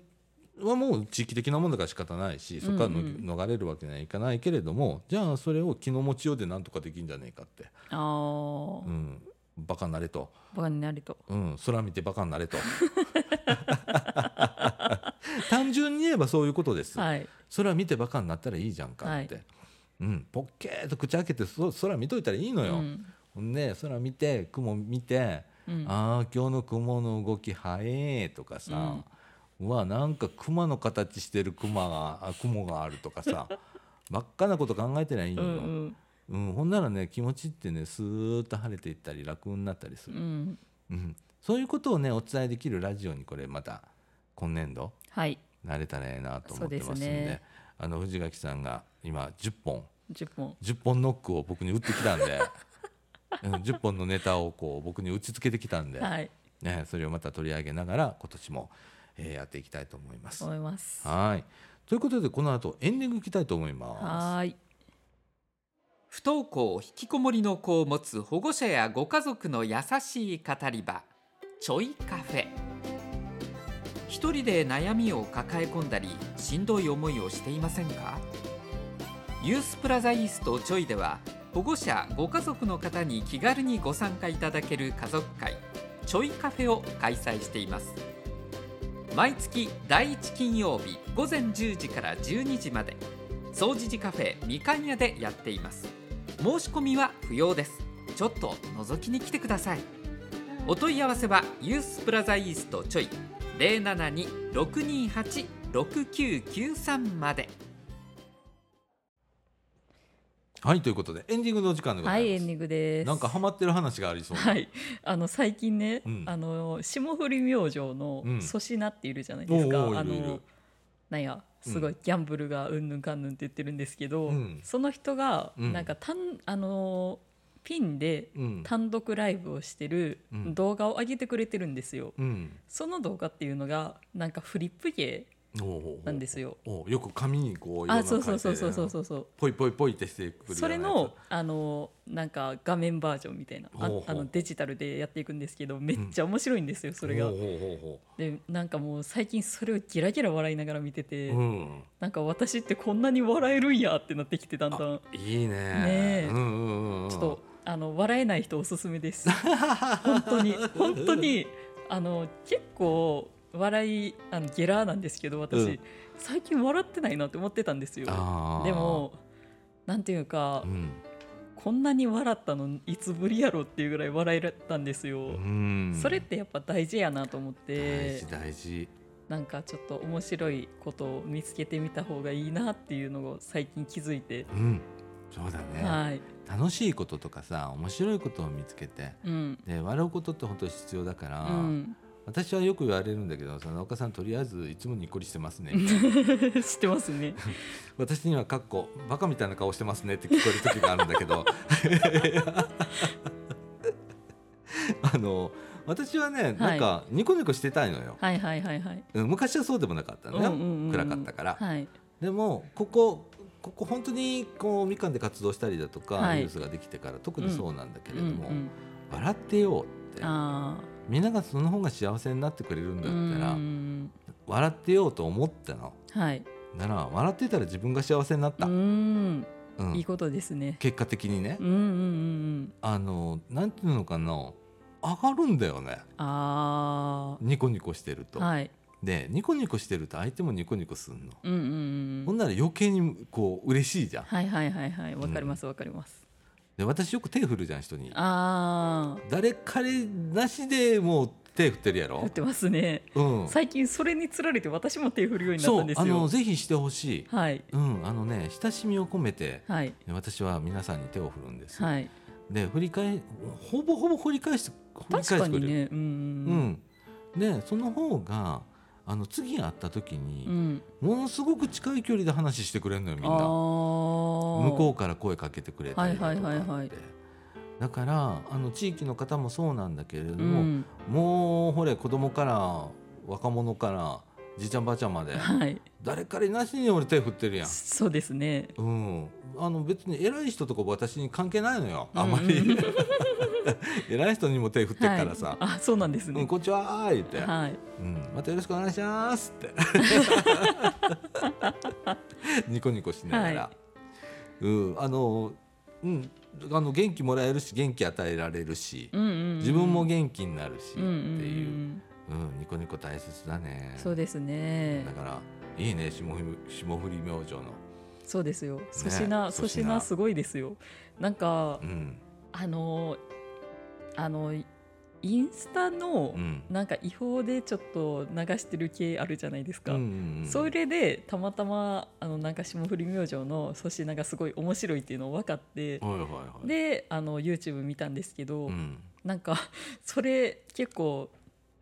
Speaker 1: はもう地域的なものだから仕方ないしそこからの
Speaker 2: うんうん
Speaker 1: 逃れるわけにはいかないけれども、じゃあそれを気の持ちようでなんとかできんじゃねえかって、
Speaker 2: ああ、
Speaker 1: うん、バカになれと、
Speaker 2: バカになると
Speaker 1: うん、空見てバカになれと 単純に言えばそういうことです、
Speaker 2: はい
Speaker 1: 空見てバカになったらいいじゃんかって、うん、ポッケーっと口開けてそ空見といたらいいのよ、
Speaker 2: うん
Speaker 1: ほんで空見て雲見て
Speaker 2: うん
Speaker 1: ああ今日の雲の動き早えとかさ、うわなんか熊の形してる熊があ雲があるとか さばっかなこと考えてりゃいい
Speaker 2: うんう
Speaker 1: のよ、
Speaker 2: ん
Speaker 1: うんほんならね気持ちってねスーッと晴れていったり楽になったりす
Speaker 2: う
Speaker 1: る、
Speaker 2: ん
Speaker 1: うんそういうことをねお伝えできるラジオにこれまた今年度
Speaker 2: はい
Speaker 1: なれたらええなと思ってますん
Speaker 2: そう
Speaker 1: で
Speaker 2: ですね
Speaker 1: あの藤垣さんが今10本
Speaker 2: 10本
Speaker 1: 10本ノックを僕に打ってきたん で、うん、10本のネタをこう僕に打ちつけてきたんで。
Speaker 2: はい
Speaker 1: ね、それをまた取り上げながら今年も、えーやっていきたいと思います。
Speaker 2: 思いますは
Speaker 1: はいということでこの後エンディングいきたいと思います。
Speaker 2: ーい
Speaker 3: 不登校引きこもりの子を持つ保護者やご家族の優しい語り場ちょいカフェ一人で悩みを抱え込んだりしんどい思いをしていませんかユースプラザイーストちょいでは保護者ご家族の方に気軽にご参加いただける家族会ちょいカフェを開催しています毎月第1金曜日午前10時から12時まで総除寺カフェみかん屋でやっています申し込みは不要ですちょっと覗きに来てくださいお問い合わせはユースプラザイーストちょい072-628-6993まで
Speaker 1: はいということでエンディングのお時間でござ
Speaker 2: はい
Speaker 1: ます、
Speaker 2: いエンディングです
Speaker 1: なんかハマってる話がありそうな
Speaker 2: はい、あの最近ね、
Speaker 1: うん
Speaker 2: あの霜降り明星の
Speaker 1: うん
Speaker 2: 粗品っているじゃないですか、
Speaker 1: おうおう
Speaker 2: あ
Speaker 1: いるいる
Speaker 2: のなんやすごいギャンブルがうんぬんかんぬんって言ってるんですけど、
Speaker 1: うん
Speaker 2: その人が
Speaker 1: うん
Speaker 2: なんかたん、あのピンで
Speaker 1: うん
Speaker 2: 単独ライブをしてる
Speaker 1: うん
Speaker 2: 動画を上げてくれてるんですよ。
Speaker 1: うん
Speaker 2: その動画っていうのがなんかフリップ芸
Speaker 1: おうおうおう
Speaker 2: なんですよ。
Speaker 1: おうよく紙にこういろんな
Speaker 2: あ、そうそうそう
Speaker 1: 書
Speaker 2: そ
Speaker 1: いうてね
Speaker 2: そうそうそう。
Speaker 1: ポイポイポイってしてくるようなやつ
Speaker 2: それのあのなんか画面バージョンみたいなあ
Speaker 1: ほうほう
Speaker 2: あのデジタルでやっていくんですけどめっちゃ面白いんですよ、それが
Speaker 1: ほう。ほうほうほ
Speaker 2: でなんかもう最近それをギラギラ笑いながら見てて、
Speaker 1: ううん
Speaker 2: なんか私ってこんなに笑えるんやってなってきてだんだん、
Speaker 1: いいね
Speaker 2: ねえ
Speaker 1: うんうんうんうん
Speaker 2: ちょっとあの笑えない人おすすめです 本当に本当にあの結構笑いあのゲラなんですけど私、
Speaker 1: うん
Speaker 2: 最近笑ってないなって思ってたんですよ
Speaker 1: あー
Speaker 2: でもなんていうか、
Speaker 1: うん
Speaker 2: こんなに笑ったのいつぶりやろっていうぐらい笑えたんですよ、
Speaker 1: うん
Speaker 2: それってやっぱ大事やなと思っ
Speaker 1: 大
Speaker 2: て
Speaker 1: 事大事
Speaker 2: なんかちょっと面白いことを見つけてみた方がいいなっていうのを最近気づいて、
Speaker 1: うんそうだね、
Speaker 2: はい、
Speaker 1: 楽しいこととかさ面白いことを見つけて
Speaker 2: うん、
Speaker 1: で笑うことって本当に必要だから、
Speaker 2: うん、
Speaker 1: 私はよく言われるんだけど「その岡さんとりあえずいつもにっこりしてますね」
Speaker 2: 知ってますね。
Speaker 1: 私にはかっこバカみたいな顔してますね」って聞こえる時があるんだけど あの私はねなんかニコニコしてたいのよ、
Speaker 2: はいはいはいはい。
Speaker 1: うん昔はそうでもなかったのよ、
Speaker 2: うんうんうん
Speaker 1: 暗かったから、
Speaker 2: はい、
Speaker 1: でもここここ本当にこうみかんで活動したりだとか、
Speaker 2: はい
Speaker 1: ニュースができてから特にそうなんだけ
Speaker 2: うん
Speaker 1: れ
Speaker 2: う
Speaker 1: ども、
Speaker 2: ん、
Speaker 1: 笑ってよって
Speaker 2: ああ、
Speaker 1: みんながその方が幸せになってくれるんだったら、
Speaker 2: うんうん
Speaker 1: 笑ってようと思ったの
Speaker 2: うん、はい、
Speaker 1: なら笑ってたら自分が幸せになっ
Speaker 2: う
Speaker 1: た、
Speaker 2: ん、
Speaker 1: うん
Speaker 2: いいことですね。
Speaker 1: 結果的にね、
Speaker 2: うんうんうん
Speaker 1: あのなんていうのかな上がるんだよね
Speaker 2: うん、あ
Speaker 1: ニコニコしてる
Speaker 2: あ、
Speaker 1: と、
Speaker 2: はい、
Speaker 1: でニコニコしてると相手もニコニコするの、
Speaker 2: うんうんう
Speaker 1: ほん
Speaker 2: ん、
Speaker 1: なら余計にこう嬉しいじゃん
Speaker 2: はいはいはいはい、わかりますわかります。
Speaker 1: で私よく手振るじゃん人に
Speaker 2: あ
Speaker 1: 誰彼なしでもう手振ってるや
Speaker 2: あ、
Speaker 1: ろ
Speaker 2: 振ってますね。
Speaker 1: うん
Speaker 2: 最近それにつられて私も手振るようになっ
Speaker 1: そ
Speaker 2: た
Speaker 1: うん
Speaker 2: です
Speaker 1: あの
Speaker 2: よ。
Speaker 1: ぜひしてほしい、
Speaker 2: はい
Speaker 1: うんあのね親しみを込めて
Speaker 2: はい
Speaker 1: 私は皆さんに手を振るんです、
Speaker 2: はい。
Speaker 1: で振り返ほぼほぼ振り返して振り
Speaker 2: 確
Speaker 1: 返し
Speaker 2: か
Speaker 1: てく
Speaker 2: に
Speaker 1: れる、
Speaker 2: ね、うん
Speaker 1: う、ん、でその方があの次会った時に、
Speaker 2: うん、
Speaker 1: ものすごく近い距離で話してくれるのよみんな
Speaker 2: ああ
Speaker 1: 向こうから声かけてくれたりだとかって、
Speaker 2: はいはいはいはい
Speaker 1: だからあの地域の方もそうなんだけれど
Speaker 2: う
Speaker 1: も、
Speaker 2: ん、
Speaker 1: もうほれ子供から若者からじいちゃんばあちゃんまで
Speaker 2: はい、
Speaker 1: 誰からなしに俺手振ってるやん。
Speaker 2: そうですね。
Speaker 1: うん、あの別に偉い人とか私に関係ないのよあんまり、
Speaker 2: うん
Speaker 1: 偉い人にも手振ってっからさ「
Speaker 2: はい、あ、そうなんです
Speaker 1: うん、
Speaker 2: ね。
Speaker 1: こんにちは」言って、
Speaker 2: はい、
Speaker 1: うん「またよろしくお願いします」 ってニコニコしながら、
Speaker 2: は
Speaker 1: うんあのうんあの元気もらえるし元気与えられるし、
Speaker 2: うんうんうん、
Speaker 1: 自分も元気になるし、
Speaker 2: うんうんうん
Speaker 1: っていう、うん、ニコニコ大切だね
Speaker 2: そうですね
Speaker 1: だ。からいいね霜降り霜降り明星の、
Speaker 2: そうですよ。粗品、粗
Speaker 1: 粗品
Speaker 2: 品すごいですよ。なんか
Speaker 1: う、ん
Speaker 2: あの、あの、インスタの
Speaker 1: う、ん、
Speaker 2: なんか違法でちょっと流してる系あるじゃないですか。
Speaker 1: ん
Speaker 2: それでたまたまあのなんか霜降り明星の粗品がすごい面白いっていうのを分かって、
Speaker 1: はいはいはい、
Speaker 2: であの YouTube 見たんですけど、
Speaker 1: うん
Speaker 2: なんかそれ結構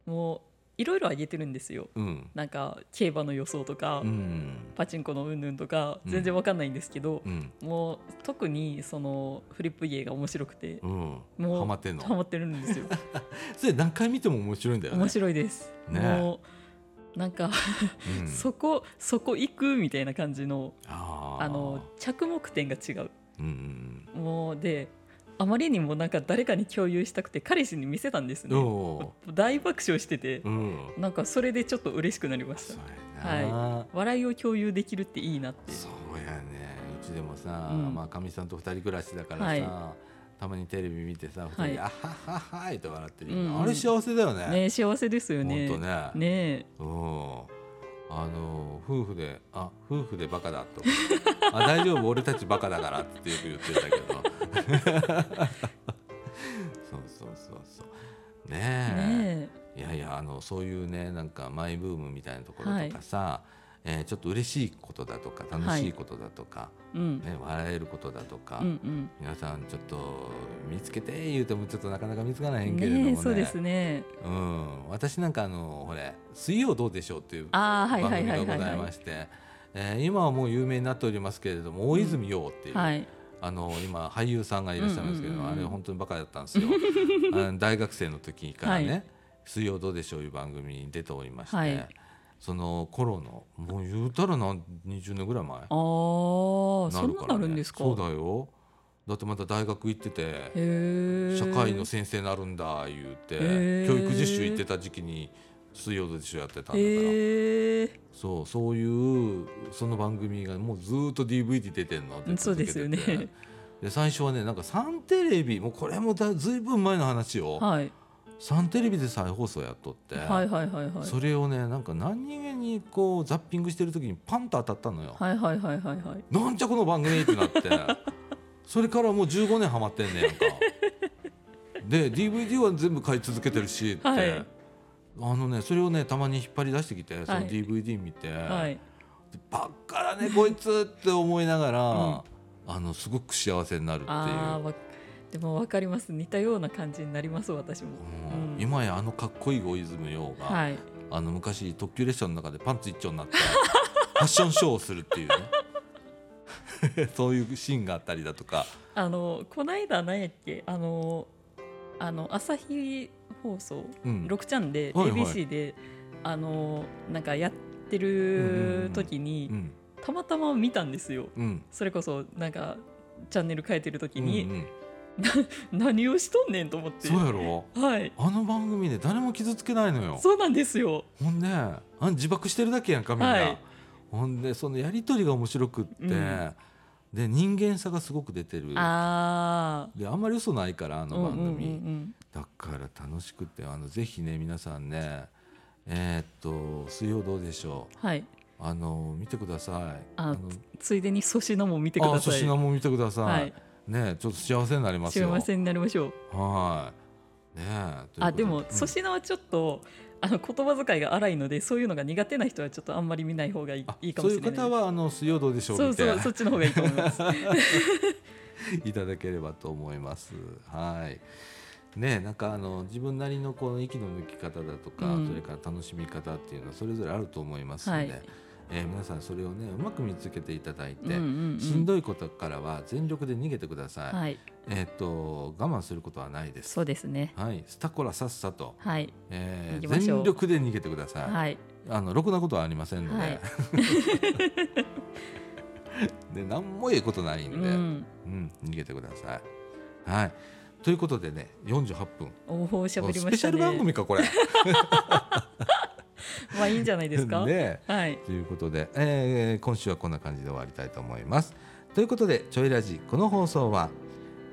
Speaker 2: もういろいろ上げてるんですよ
Speaker 1: うん
Speaker 2: なんか競馬の予想とか、
Speaker 1: うん
Speaker 2: パチンコのうんぬんとか
Speaker 1: うん
Speaker 2: 全然わかんないんですけど、
Speaker 1: うん
Speaker 2: もう特にそのフリップ芸が面白くて
Speaker 1: う、ん
Speaker 2: もう
Speaker 1: ハマってんの
Speaker 2: ハマってるんですよ
Speaker 1: それ何回見ても面白いんだよね
Speaker 2: 面白いです、
Speaker 1: ね
Speaker 2: もうなんか、
Speaker 1: うん
Speaker 2: そこそこ行くみたいな感じの
Speaker 1: あー
Speaker 2: あの着目点が違う
Speaker 1: うんうん
Speaker 2: もうであまりにもなんか誰かに共有したくて彼氏に見せたんです
Speaker 1: うん
Speaker 2: ね
Speaker 1: お
Speaker 2: 大爆笑してて
Speaker 1: ー うん
Speaker 2: なんかそれでちょっと嬉しくなりまし
Speaker 1: そ
Speaker 2: た
Speaker 1: うやな、
Speaker 2: 笑いを共有できるっていいなって
Speaker 1: そうやねうちでもさ、
Speaker 2: うん
Speaker 1: まあかみさんと二人暮らしだからさ、
Speaker 2: はい
Speaker 1: たまにテレビ見てさ二人で「あははははい」と笑ってるよ
Speaker 2: うん
Speaker 1: ね
Speaker 2: うん
Speaker 1: あれ幸せだよね
Speaker 2: ね幸せですよね。
Speaker 1: 本当ね
Speaker 2: ね
Speaker 1: うんあの夫婦で「あ夫婦でバカだ」と 「あ大丈夫俺たちバカだから」ってよく言ってたけど そうそうそうそうね
Speaker 2: え
Speaker 1: え
Speaker 2: ね
Speaker 1: いやいやあのそういうねなんかマイブームみたいなところとかさ、えーちょっと嬉しいことだとか楽しいことだとか、
Speaker 2: えうん
Speaker 1: ね、笑えることだとか、
Speaker 2: うんうん。
Speaker 1: 皆さんちょっと見つけて言うてもちょっとなかなか見つからへんけれども
Speaker 2: ね
Speaker 1: ね
Speaker 2: えそうですね。
Speaker 1: うん、私なんかあのほれ「水曜どうでしょう」っていう
Speaker 2: ああは
Speaker 1: 番
Speaker 2: いは
Speaker 1: 組
Speaker 2: い
Speaker 1: が
Speaker 2: はい
Speaker 1: ご
Speaker 2: はい
Speaker 1: ざいましてえー今はもう有名になっておりますけれども大泉洋っていう、
Speaker 2: はい。
Speaker 1: あの今俳優さんがいらっしゃるんですけど、
Speaker 2: うんうんうんうん
Speaker 1: あれ本当にバカだったん ですよあの大学生の時からね「
Speaker 2: はい
Speaker 1: 水曜どうでしょう」いう番組に出ておりまして、
Speaker 2: はい
Speaker 1: その頃のもう言うたらな20年ぐらい前
Speaker 2: ああ
Speaker 1: な
Speaker 2: そ
Speaker 1: る
Speaker 2: ん
Speaker 1: か
Speaker 2: な
Speaker 1: ら、
Speaker 2: な
Speaker 1: ね、
Speaker 2: るんですか。
Speaker 1: そうだよだってまた大学行ってて
Speaker 2: へえ。
Speaker 1: 社会の先生なるんだ言うて、
Speaker 2: へー
Speaker 1: 教育実習行ってた時期に水曜どうでしょうやってたんだから、
Speaker 2: へえ。
Speaker 1: そうそういうその番組がもうずーっと DVD 出てんのって
Speaker 2: そうですよね
Speaker 1: 続けててで最初はねなんかサンテレビもうこれもだずいぶん前の話を、
Speaker 2: はい
Speaker 1: サンテレビで再放送やっとって、
Speaker 2: はいはいはいはい。
Speaker 1: それをねなんか何気にこうザッピングしてる時にパンと当たったのよ、
Speaker 2: はいはいはいはいはい。
Speaker 1: なんじゃこの番組ってなって それからもう15年ハマってんねやんかで DVD は全部買い続けてるしって、
Speaker 2: はい
Speaker 1: あのねそれをねたまに引っ張り出してきてその
Speaker 2: はい
Speaker 1: DVD 見て、
Speaker 2: はい。
Speaker 1: バッカだねこいつって思いながら、
Speaker 2: うん
Speaker 1: あのすごく幸せになるっていう、
Speaker 2: ああわでもわかります似たような感じになります私も。
Speaker 1: うん
Speaker 2: うん
Speaker 1: 今やあのかっこいい大泉洋が、
Speaker 2: はい。
Speaker 1: あの昔特急列車の中でパンツ一丁になって ファッションショーをするっていうね そういうシーンがあったりだとか
Speaker 2: あのこの間何やっけあのあの朝日放送、
Speaker 1: うん
Speaker 2: 6ちゃんで、
Speaker 1: はいはい
Speaker 2: ABC であのなんかやって
Speaker 1: うんうんう
Speaker 2: る
Speaker 1: ん
Speaker 2: 時に、
Speaker 1: うん
Speaker 2: たまたま見たんですよ
Speaker 1: うん
Speaker 2: それこそなんかチャンネル変えてる時
Speaker 1: うん
Speaker 2: に、
Speaker 1: うん
Speaker 2: 何をしとんねんと思って
Speaker 1: そうやろ
Speaker 2: はい
Speaker 1: あの番組で誰も傷つけないのよ
Speaker 2: そうなんですよ
Speaker 1: ほんであん自爆してるだけやんかみんな、
Speaker 2: はい
Speaker 1: ほんでそのやり取りが面白くって、
Speaker 2: うん
Speaker 1: で人間さがすごく出てる
Speaker 2: あ
Speaker 1: であんまり嘘ないからあ
Speaker 2: あ
Speaker 1: の番組、
Speaker 2: うん
Speaker 1: だから楽しくてあのぜひね皆さんねえーっと「水曜どうでしょう
Speaker 2: はい」
Speaker 1: あの見てください
Speaker 2: あ
Speaker 1: の
Speaker 2: ついでに粗品も見てく
Speaker 1: あ
Speaker 2: だ
Speaker 1: 粗
Speaker 2: さい
Speaker 1: 品も見てください、
Speaker 2: はい
Speaker 1: ねちょっと幸せになります
Speaker 2: 幸
Speaker 1: よ
Speaker 2: せになりましょう
Speaker 1: はいねということ
Speaker 2: あでも
Speaker 1: うん
Speaker 2: 粗品はちょっと、あの言葉遣いが荒いのでそういうのが苦手な人はちょっとあんまり見ない方がいい
Speaker 1: あ
Speaker 2: いいかもしれない
Speaker 1: そういう方はあの水曜どうでしょう
Speaker 2: そう
Speaker 1: 見て
Speaker 2: そうそっちの方がいいと思います
Speaker 1: いただければと思います。はい。ね、なんかあの自分なりのこの息の抜き方だとか、
Speaker 2: うん
Speaker 1: それから楽しみ方っていうのはそれぞれあると思いますので、
Speaker 2: はい
Speaker 1: えー皆さんそれをねうまく見つけていただいて、
Speaker 2: うんうんうん
Speaker 1: しんどいことからは全力で逃げてください。
Speaker 2: はい
Speaker 1: えーっと我慢することはないです。
Speaker 2: そうですね
Speaker 1: はい、スタコラさっさと、
Speaker 2: はい
Speaker 1: え
Speaker 2: 逃
Speaker 1: ー
Speaker 2: げましょう
Speaker 1: 全力で逃げてください。
Speaker 2: はい
Speaker 1: あのろくなことはありませんので、
Speaker 2: はい
Speaker 1: で何もええことないん
Speaker 2: う
Speaker 1: で。
Speaker 2: ん
Speaker 1: うん、逃げてください。はい。ということでね、48分。
Speaker 2: おお喋り
Speaker 1: ス
Speaker 2: ま
Speaker 1: ペ
Speaker 2: し
Speaker 1: シ
Speaker 2: た
Speaker 1: ャル
Speaker 2: ね
Speaker 1: 番組かこれ。
Speaker 2: まあいいんじゃないです か、
Speaker 1: ね
Speaker 2: はい
Speaker 1: ということで、えー今週はこんな感じで終わりたいと思います。ということで、ちょいラジこの放送は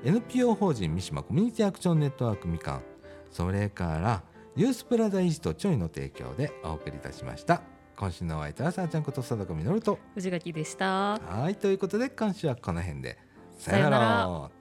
Speaker 1: NPO 法人三島コミュニティアクションネットワークみかん、それからユースプラザイーストちょいの提供でお送りいたしました。今週のお相手はさあちゃんこと貞子みのると。
Speaker 2: 藤垣でした
Speaker 1: はい、ということで今週はこの辺で。
Speaker 2: さよなら
Speaker 1: ら。